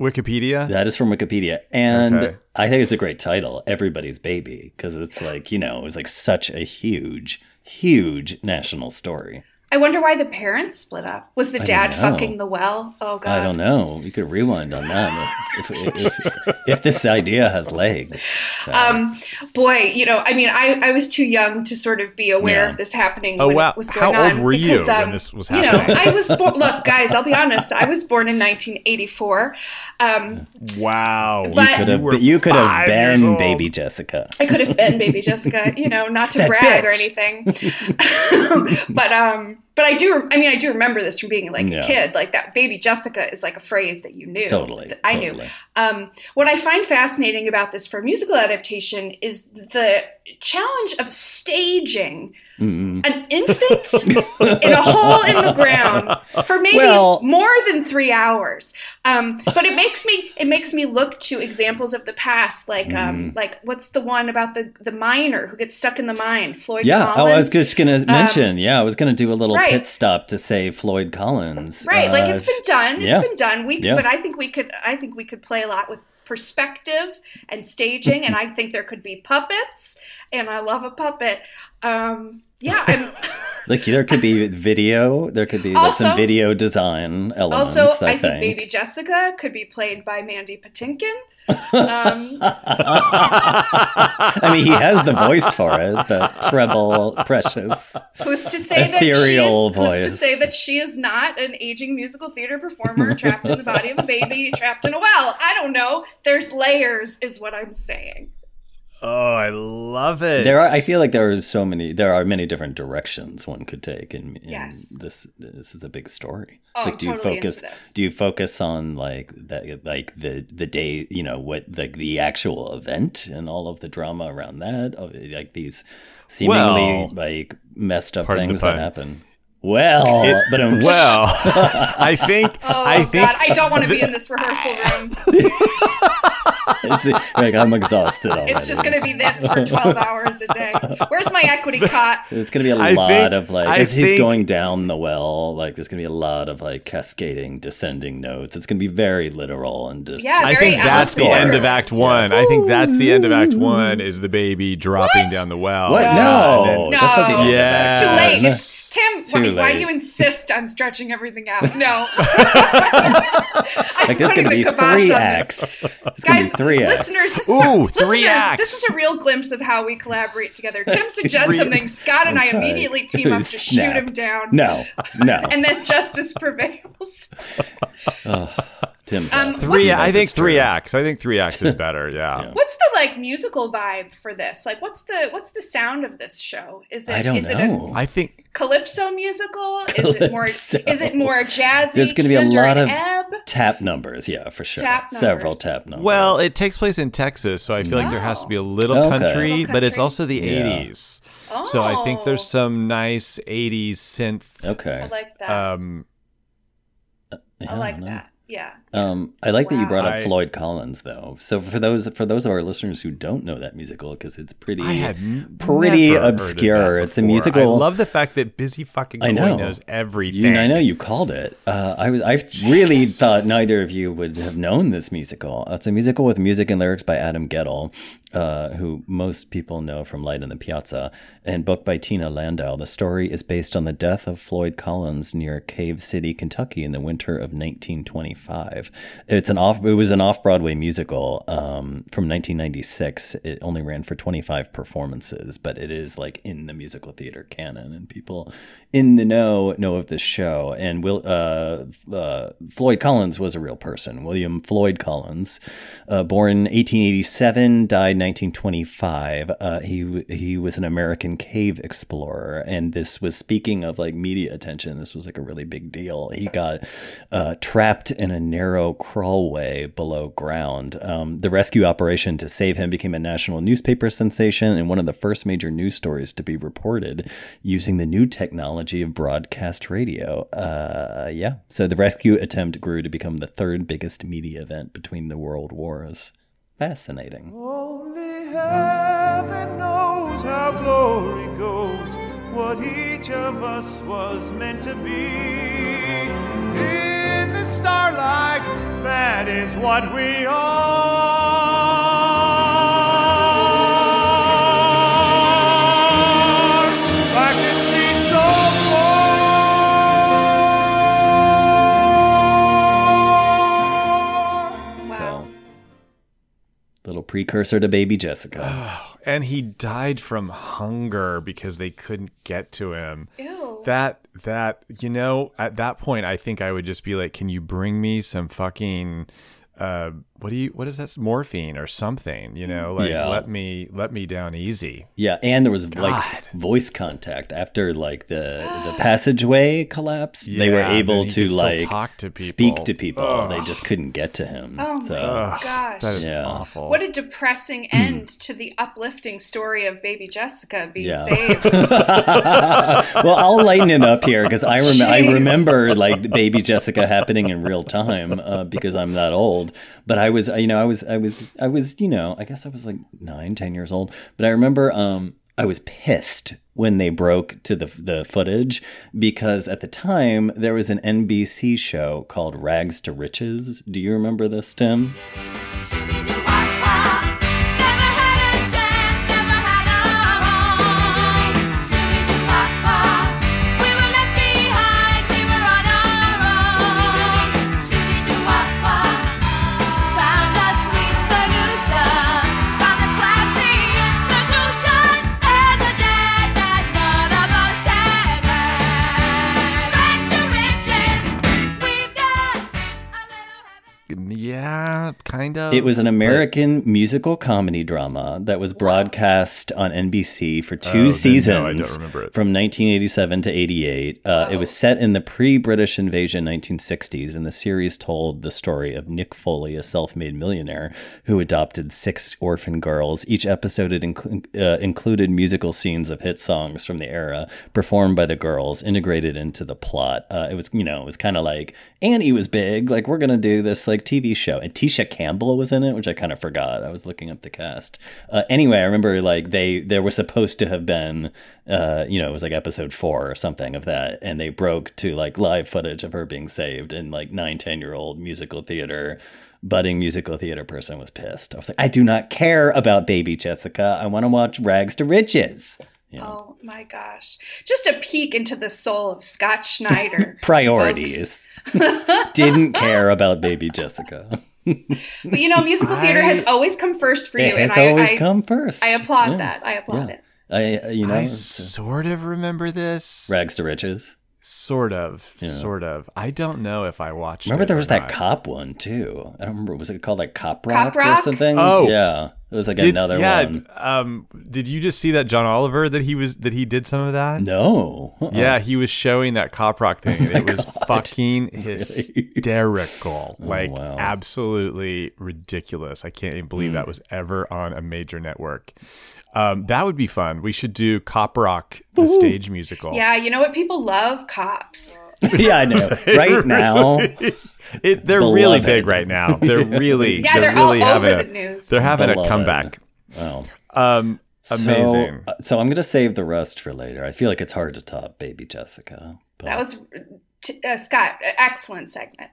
[SPEAKER 3] Wikipedia?
[SPEAKER 4] That is from Wikipedia, and
[SPEAKER 3] Okay.
[SPEAKER 4] I think it's a great title, "Everybody's Baby," because it's like you know, it was like such a huge, huge national story.
[SPEAKER 5] I wonder why the parents split up. Was the
[SPEAKER 4] I
[SPEAKER 5] dad
[SPEAKER 4] don't know.
[SPEAKER 5] fucking the well? Oh god.
[SPEAKER 4] I don't know. You could rewind on that if, if, if, if this idea has legs. So,
[SPEAKER 5] Um, boy, you know, I mean, I, I was too young to sort of be aware
[SPEAKER 4] Yeah.
[SPEAKER 5] of this happening.
[SPEAKER 3] Oh,
[SPEAKER 5] when
[SPEAKER 3] wow.
[SPEAKER 5] It was
[SPEAKER 3] How
[SPEAKER 5] going
[SPEAKER 3] old
[SPEAKER 5] on
[SPEAKER 3] were you
[SPEAKER 5] because,
[SPEAKER 3] when
[SPEAKER 5] um,
[SPEAKER 3] this was
[SPEAKER 5] You
[SPEAKER 3] happening?
[SPEAKER 5] know, I was born. Look, guys, I'll be honest. I was born in 1984. Um,
[SPEAKER 3] Wow.
[SPEAKER 5] But-
[SPEAKER 4] could
[SPEAKER 3] You
[SPEAKER 4] have,
[SPEAKER 3] were
[SPEAKER 4] but you could
[SPEAKER 3] five
[SPEAKER 4] have
[SPEAKER 3] years
[SPEAKER 4] been
[SPEAKER 3] old.
[SPEAKER 4] Baby Jessica.
[SPEAKER 5] I could have been baby Jessica, you know, not to
[SPEAKER 4] That
[SPEAKER 5] brag or
[SPEAKER 4] bitch.
[SPEAKER 5] anything. but um but I do rem- I mean I do remember this from being like
[SPEAKER 4] Yeah.
[SPEAKER 5] a kid. Like that baby Jessica is like a phrase that you knew.
[SPEAKER 4] Totally,
[SPEAKER 5] that I knew.
[SPEAKER 4] totally.
[SPEAKER 5] Um, what I find fascinating about this for a musical adaptation is the challenge of staging
[SPEAKER 4] Mm-mm.
[SPEAKER 5] an infant in a hole in the ground for maybe
[SPEAKER 4] Well-
[SPEAKER 5] more than three hours. Um, but it makes me it makes me look to examples of the past, like um,
[SPEAKER 4] Mm.
[SPEAKER 5] like what's the one about the the miner who gets stuck in the mine, Floyd
[SPEAKER 4] Yeah,
[SPEAKER 5] Collins.
[SPEAKER 4] oh, I was just gonna mention. yeah, I was gonna do a little
[SPEAKER 5] Um, right.
[SPEAKER 4] pit stop to say Floyd Collins.
[SPEAKER 5] right,
[SPEAKER 4] Uh,
[SPEAKER 5] like it's been done. It's
[SPEAKER 4] yeah.
[SPEAKER 5] been done. We
[SPEAKER 4] Yeah.
[SPEAKER 5] but I think we could I think we could play a lot with perspective and staging, and I think there could be puppets, and I love a puppet. Um, yeah, I'm.
[SPEAKER 4] Like there could be video, there could be like, some
[SPEAKER 5] Also-
[SPEAKER 4] video design elements.
[SPEAKER 5] Also,
[SPEAKER 4] I,
[SPEAKER 5] I, think Baby Jessica could be played by Mandy Patinkin. Um,
[SPEAKER 4] I mean, he has the voice for it, the treble, precious.
[SPEAKER 5] who's to say that
[SPEAKER 4] Ethereal
[SPEAKER 5] she is, who's to
[SPEAKER 4] voice.
[SPEAKER 5] say that she is not an aging musical theater performer trapped in the body of a baby, trapped in a well? I don't know. There's layers, is what I'm saying.
[SPEAKER 3] Oh, I love it.
[SPEAKER 4] There are. I feel like there are so many. There are many different directions one could take, and, and
[SPEAKER 5] Yes.
[SPEAKER 4] this this is a big story.
[SPEAKER 5] Oh,
[SPEAKER 4] like, do
[SPEAKER 5] totally
[SPEAKER 4] you focus?
[SPEAKER 5] into this.
[SPEAKER 4] Do you focus on like that, like the the day? You know what, like the actual event and all of the drama around that, of, like these seemingly
[SPEAKER 3] Well-
[SPEAKER 4] like messed up
[SPEAKER 3] Pardon the
[SPEAKER 4] things that
[SPEAKER 3] pun.
[SPEAKER 4] happen. Well,
[SPEAKER 3] It-
[SPEAKER 4] but um,
[SPEAKER 3] well, I think
[SPEAKER 5] Oh
[SPEAKER 3] I think
[SPEAKER 5] God, I don't want to be in this rehearsal room.
[SPEAKER 4] Oh, it's, like I'm exhausted. Already.
[SPEAKER 5] It's just going to be this for 12 hours a day. Where's my equity cot?
[SPEAKER 4] There's gonna be a
[SPEAKER 3] I
[SPEAKER 4] lot
[SPEAKER 3] think-
[SPEAKER 4] of like
[SPEAKER 3] I
[SPEAKER 4] as he's
[SPEAKER 3] think-
[SPEAKER 4] going down the well, like there's gonna be a lot of like cascading, descending notes. It's gonna be very literal and just
[SPEAKER 5] Yeah,
[SPEAKER 3] I
[SPEAKER 5] very
[SPEAKER 3] think that's the
[SPEAKER 5] Alice
[SPEAKER 3] end of
[SPEAKER 5] Cooper.
[SPEAKER 3] Act One. I think that's the end of Act One is the baby dropping down the well.
[SPEAKER 4] what?
[SPEAKER 3] Yeah, and
[SPEAKER 4] no,
[SPEAKER 3] then-
[SPEAKER 5] No.
[SPEAKER 4] that's not the end of
[SPEAKER 3] Oh, Yeah.
[SPEAKER 5] It's
[SPEAKER 4] that.
[SPEAKER 5] too late.
[SPEAKER 4] No.
[SPEAKER 5] It's- Tim,
[SPEAKER 4] Too
[SPEAKER 5] why, why do
[SPEAKER 4] late.
[SPEAKER 5] you insist on stretching everything out? No.
[SPEAKER 4] Like
[SPEAKER 5] I'm
[SPEAKER 4] there's
[SPEAKER 5] putting
[SPEAKER 4] gonna
[SPEAKER 5] the
[SPEAKER 4] be
[SPEAKER 5] kibosh
[SPEAKER 4] three
[SPEAKER 5] on this.
[SPEAKER 4] acts. It's gonna
[SPEAKER 5] Guys,
[SPEAKER 4] be three acts.
[SPEAKER 5] listeners, this,
[SPEAKER 3] Ooh,
[SPEAKER 5] is a,
[SPEAKER 3] three
[SPEAKER 5] listeners,
[SPEAKER 3] acts.
[SPEAKER 5] this is a real glimpse of how we collaborate together. Tim suggests
[SPEAKER 3] Three-
[SPEAKER 5] something, Scott and I
[SPEAKER 4] Okay.
[SPEAKER 5] immediately team up to shoot
[SPEAKER 4] Snap.
[SPEAKER 5] him down.
[SPEAKER 4] No, no.
[SPEAKER 5] And then justice prevails.
[SPEAKER 4] Ugh, Tim's
[SPEAKER 5] Um,
[SPEAKER 4] out.
[SPEAKER 3] Three.
[SPEAKER 4] Yes,
[SPEAKER 3] I think
[SPEAKER 4] it's true.
[SPEAKER 3] three acts. I think three acts is better. Yeah.
[SPEAKER 4] Yeah.
[SPEAKER 5] What's the like musical vibe for this? Like what's the what's the sound of this show? Is it
[SPEAKER 4] I don't
[SPEAKER 5] is it a
[SPEAKER 4] know.
[SPEAKER 3] I think
[SPEAKER 5] calypso musical? Is it more is
[SPEAKER 4] Calypso.
[SPEAKER 5] it more jazzy?
[SPEAKER 4] There's gonna be a
[SPEAKER 5] Kinder
[SPEAKER 4] lot
[SPEAKER 5] and
[SPEAKER 4] of-
[SPEAKER 5] ebb?
[SPEAKER 4] tap numbers, yeah, for sure.
[SPEAKER 5] Tap numbers.
[SPEAKER 4] Several tap numbers.
[SPEAKER 3] Well, it takes place in Texas, so I feel like there has to be a little
[SPEAKER 4] Okay.
[SPEAKER 3] country,
[SPEAKER 5] Little
[SPEAKER 3] but it's
[SPEAKER 5] country.
[SPEAKER 3] also the
[SPEAKER 4] Yeah.
[SPEAKER 3] 80s. So I think there's
[SPEAKER 5] Oh,
[SPEAKER 3] some nice 80s synth.
[SPEAKER 5] I
[SPEAKER 4] okay.
[SPEAKER 5] like that.
[SPEAKER 3] Um,
[SPEAKER 4] Yeah,
[SPEAKER 5] I like
[SPEAKER 4] don't know.
[SPEAKER 5] that. Yeah.
[SPEAKER 4] Um, I like that you
[SPEAKER 5] Wow.
[SPEAKER 4] brought up
[SPEAKER 3] I-
[SPEAKER 4] Floyd Collins, though. So for those for those of our listeners who don't know that musical, because it's pretty,
[SPEAKER 3] I had n-
[SPEAKER 4] pretty
[SPEAKER 3] never heard of that
[SPEAKER 4] obscure. It's a
[SPEAKER 3] before.
[SPEAKER 4] musical.
[SPEAKER 3] I love the fact that Busy Fucking
[SPEAKER 4] I
[SPEAKER 3] Boy
[SPEAKER 4] know.
[SPEAKER 3] knows everything.
[SPEAKER 4] You, I know you called it. Uh, I was. I really thought neither of you would have known this musical. It's a musical with music and lyrics by Adam Gettle, uh, who most people know from Light in the Piazza, and book by Tina Landau. The story is based on the death of Floyd Collins near Cave City, Kentucky, in the winter of 1925. It's an off. It was an off-Broadway musical um, from 1996. It only ran for 25 performances, but it is like in the musical theater canon, and people in the know know of this show. And Will uh, uh, Floyd Collins was a real person. William Floyd Collins, uh, born 1887, died 1925. Uh, he w- he was an American cave explorer, and this was speaking of like media attention. This was like a really big deal. He got uh, trapped in a narrow crawlway below ground. Um, the rescue operation to save him became a national newspaper sensation and one of the first major news stories to be reported using the new technology of broadcast radio. Uh, yeah. So the rescue attempt grew to become the third biggest media event between the world wars.
[SPEAKER 3] Oh,
[SPEAKER 4] Fascinating.
[SPEAKER 7] Only heaven knows how glory goes, what each of us was meant to be. In the starlight, that is what we are. I can see so far.
[SPEAKER 5] Wow.
[SPEAKER 4] So, little precursor to Baby Jessica.
[SPEAKER 3] And he died from hunger because they couldn't get to him.
[SPEAKER 5] Ew.
[SPEAKER 3] That that you know, at that point, I think I would just be like, "Can you bring me some fucking uh, what do you what is that morphine or something?" You know, like
[SPEAKER 4] Yeah.
[SPEAKER 3] let me let me down easy.
[SPEAKER 4] Yeah, and there was
[SPEAKER 3] God.
[SPEAKER 4] like voice contact after like the the passageway collapse. they were
[SPEAKER 3] Yeah, and
[SPEAKER 4] able
[SPEAKER 3] he
[SPEAKER 4] to
[SPEAKER 3] could still
[SPEAKER 4] like
[SPEAKER 3] talk to people.
[SPEAKER 4] speak to people. They
[SPEAKER 3] Ugh.
[SPEAKER 4] just couldn't get to him.
[SPEAKER 5] Oh my
[SPEAKER 4] so
[SPEAKER 3] Ugh,
[SPEAKER 5] gosh.
[SPEAKER 3] that is
[SPEAKER 4] Yeah.
[SPEAKER 3] awful.
[SPEAKER 5] What a depressing
[SPEAKER 4] Hmm.
[SPEAKER 5] end to the uplifting story of baby Jessica being
[SPEAKER 4] Yeah.
[SPEAKER 5] saved.
[SPEAKER 4] well, I'll lighten it up here because I, rem- I
[SPEAKER 5] Jeez.
[SPEAKER 4] remember like the baby Jessica happening in real time uh, because I'm that old. But I was, uh, you know, I was, I was, I was, you know, I guess I was like nine, ten years old. But I remember um, I was pissed when they broke to the the footage because at the time there was an NBC show called Rags to Riches. Do you remember this, Tim?
[SPEAKER 3] kind Mm, kind of.
[SPEAKER 4] It was an American musical comedy drama that was broadcast on NBC for
[SPEAKER 3] Oh, then
[SPEAKER 4] two
[SPEAKER 3] no, I
[SPEAKER 4] seasons
[SPEAKER 3] don't remember it.
[SPEAKER 4] from 1987 to 88. Uh, It was set in the pre British invasion 1960s, and the series told the story of Nick Foley, a self made millionaire who adopted six orphan girls. Each episode had inclu- uh, included musical scenes of hit songs from the era performed by the girls, integrated into the plot. Uh, it was, you know, it was kind of like Annie was big, like we're going to do this like TV show. And Tisha Campbell was in it, which I kind of forgot. I was looking up the cast. Uh, anyway, I remember like they, there was supposed to have been uh, you know, it was like episode four or something of that, and they broke to like live footage of her being saved, and like nine, ten year old musical theater, budding musical theater person was pissed. I was like, I do not care about Baby Jessica. I want to watch Rags to Riches. You know,
[SPEAKER 5] Oh my gosh. Just a peek into the soul of Scott Schneider.
[SPEAKER 4] priorities. Didn't care about Baby Jessica.
[SPEAKER 5] But you know, musical theater has always come first for you.
[SPEAKER 4] It has
[SPEAKER 5] and I,
[SPEAKER 4] always
[SPEAKER 5] I,
[SPEAKER 4] come first.
[SPEAKER 5] I applaud
[SPEAKER 4] Yeah.
[SPEAKER 5] that. I applaud
[SPEAKER 4] Yeah.
[SPEAKER 5] it.
[SPEAKER 4] I, uh, you know,
[SPEAKER 3] I
[SPEAKER 4] it's, uh,
[SPEAKER 3] sort of remember this.
[SPEAKER 4] Rags to Riches.
[SPEAKER 3] Sort of,
[SPEAKER 4] Yeah.
[SPEAKER 3] sort of. I don't know if I watched.
[SPEAKER 4] Remember
[SPEAKER 3] it
[SPEAKER 4] there
[SPEAKER 3] or
[SPEAKER 4] was that
[SPEAKER 3] not.
[SPEAKER 4] cop one too. I don't remember. Was it called like Cop Rock,
[SPEAKER 5] Cop Rock?
[SPEAKER 4] or something?
[SPEAKER 3] Oh.
[SPEAKER 4] yeah, it was like
[SPEAKER 3] Did,
[SPEAKER 4] another
[SPEAKER 3] yeah,
[SPEAKER 4] one.
[SPEAKER 3] Um, did you just see that John Oliver that he was that he did some of that?
[SPEAKER 4] No. Oh Uh-uh.
[SPEAKER 3] Yeah, he was showing that cop rock thing, and it was fucking hysterical, like
[SPEAKER 4] Oh, wow.
[SPEAKER 3] absolutely ridiculous. I can't even believe
[SPEAKER 4] Hmm.
[SPEAKER 3] that was ever on a major network. Um, that would be fun. We should do cop rock, the stage musical.
[SPEAKER 5] Yeah, you know what? People love cops.
[SPEAKER 4] yeah, I know. Right now,
[SPEAKER 3] It, they're really
[SPEAKER 4] Beloved.
[SPEAKER 3] big right now. They're really,
[SPEAKER 5] Yeah, they're,
[SPEAKER 3] really
[SPEAKER 5] all
[SPEAKER 3] having
[SPEAKER 5] over the
[SPEAKER 3] a,
[SPEAKER 5] news.
[SPEAKER 3] they're having
[SPEAKER 4] Beloved.
[SPEAKER 3] a comeback.
[SPEAKER 4] wow,
[SPEAKER 3] Um,
[SPEAKER 4] So-
[SPEAKER 3] amazing.
[SPEAKER 4] uh, So, I'm gonna save the rest for later. I feel like it's hard to top Baby Jessica. but-
[SPEAKER 5] That was t- uh, Scott. Excellent segment.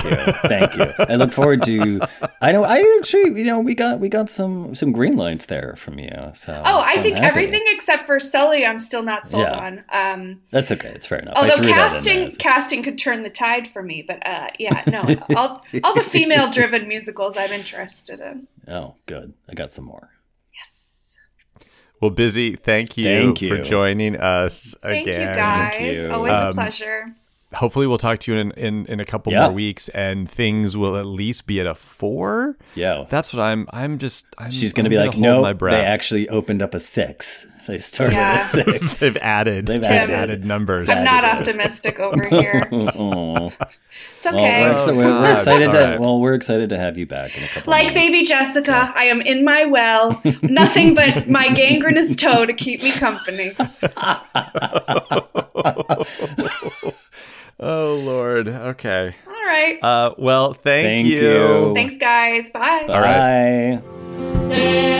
[SPEAKER 4] Thank you, thank you. I look forward to. I know. I actually, you know, we got we got some some green lights there from you. So
[SPEAKER 5] Oh,
[SPEAKER 4] so
[SPEAKER 5] I
[SPEAKER 4] I'm
[SPEAKER 5] think
[SPEAKER 4] happy.
[SPEAKER 5] everything except for Sully, I'm still not sold
[SPEAKER 4] Yeah.
[SPEAKER 5] on. Um,
[SPEAKER 4] That's okay. It's fair enough. I
[SPEAKER 5] although
[SPEAKER 4] threw that in there.
[SPEAKER 5] casting casting could turn the tide for me, but uh, yeah, no, all all the female driven musicals I'm interested in.
[SPEAKER 4] Oh, good. I got some more.
[SPEAKER 5] Yes,
[SPEAKER 3] Well, busy. Thank you,
[SPEAKER 4] Thank
[SPEAKER 3] for
[SPEAKER 4] you.
[SPEAKER 3] joining us
[SPEAKER 5] thank
[SPEAKER 3] again.
[SPEAKER 5] you guys.
[SPEAKER 4] you.
[SPEAKER 5] Always a
[SPEAKER 3] Um,
[SPEAKER 5] pleasure.
[SPEAKER 3] Hopefully, we'll talk to you in in, in a couple
[SPEAKER 4] Yeah.
[SPEAKER 3] more weeks, and things will at least be at a four.
[SPEAKER 4] Yeah.
[SPEAKER 3] That's what I'm. I'm just. I'm,
[SPEAKER 4] She's going to
[SPEAKER 3] I'm
[SPEAKER 4] be like,
[SPEAKER 3] hold
[SPEAKER 4] no,
[SPEAKER 3] my breath.
[SPEAKER 4] they actually opened up a six. They started
[SPEAKER 5] Yeah.
[SPEAKER 4] at six.
[SPEAKER 3] They've added.
[SPEAKER 4] They've
[SPEAKER 3] They've
[SPEAKER 5] added.
[SPEAKER 3] added, numbers.
[SPEAKER 5] I'm not optimistic over here.
[SPEAKER 4] oh,
[SPEAKER 5] It's
[SPEAKER 4] well,
[SPEAKER 5] okay.
[SPEAKER 4] we're, ex- we're, we're
[SPEAKER 3] Oh, God.
[SPEAKER 4] excited to
[SPEAKER 3] All right.
[SPEAKER 4] well, we're excited to have you back in a couple.
[SPEAKER 5] Like
[SPEAKER 4] months.
[SPEAKER 5] baby Jessica, I am in my well. Nothing but my gangrenous toe to keep me company.
[SPEAKER 3] Oh Lord. Okay.
[SPEAKER 5] All right.
[SPEAKER 3] Uh. Well. Thank,
[SPEAKER 4] Thank you.
[SPEAKER 5] Thanks, guys. Bye.
[SPEAKER 4] Bye.
[SPEAKER 3] right.
[SPEAKER 6] Hey,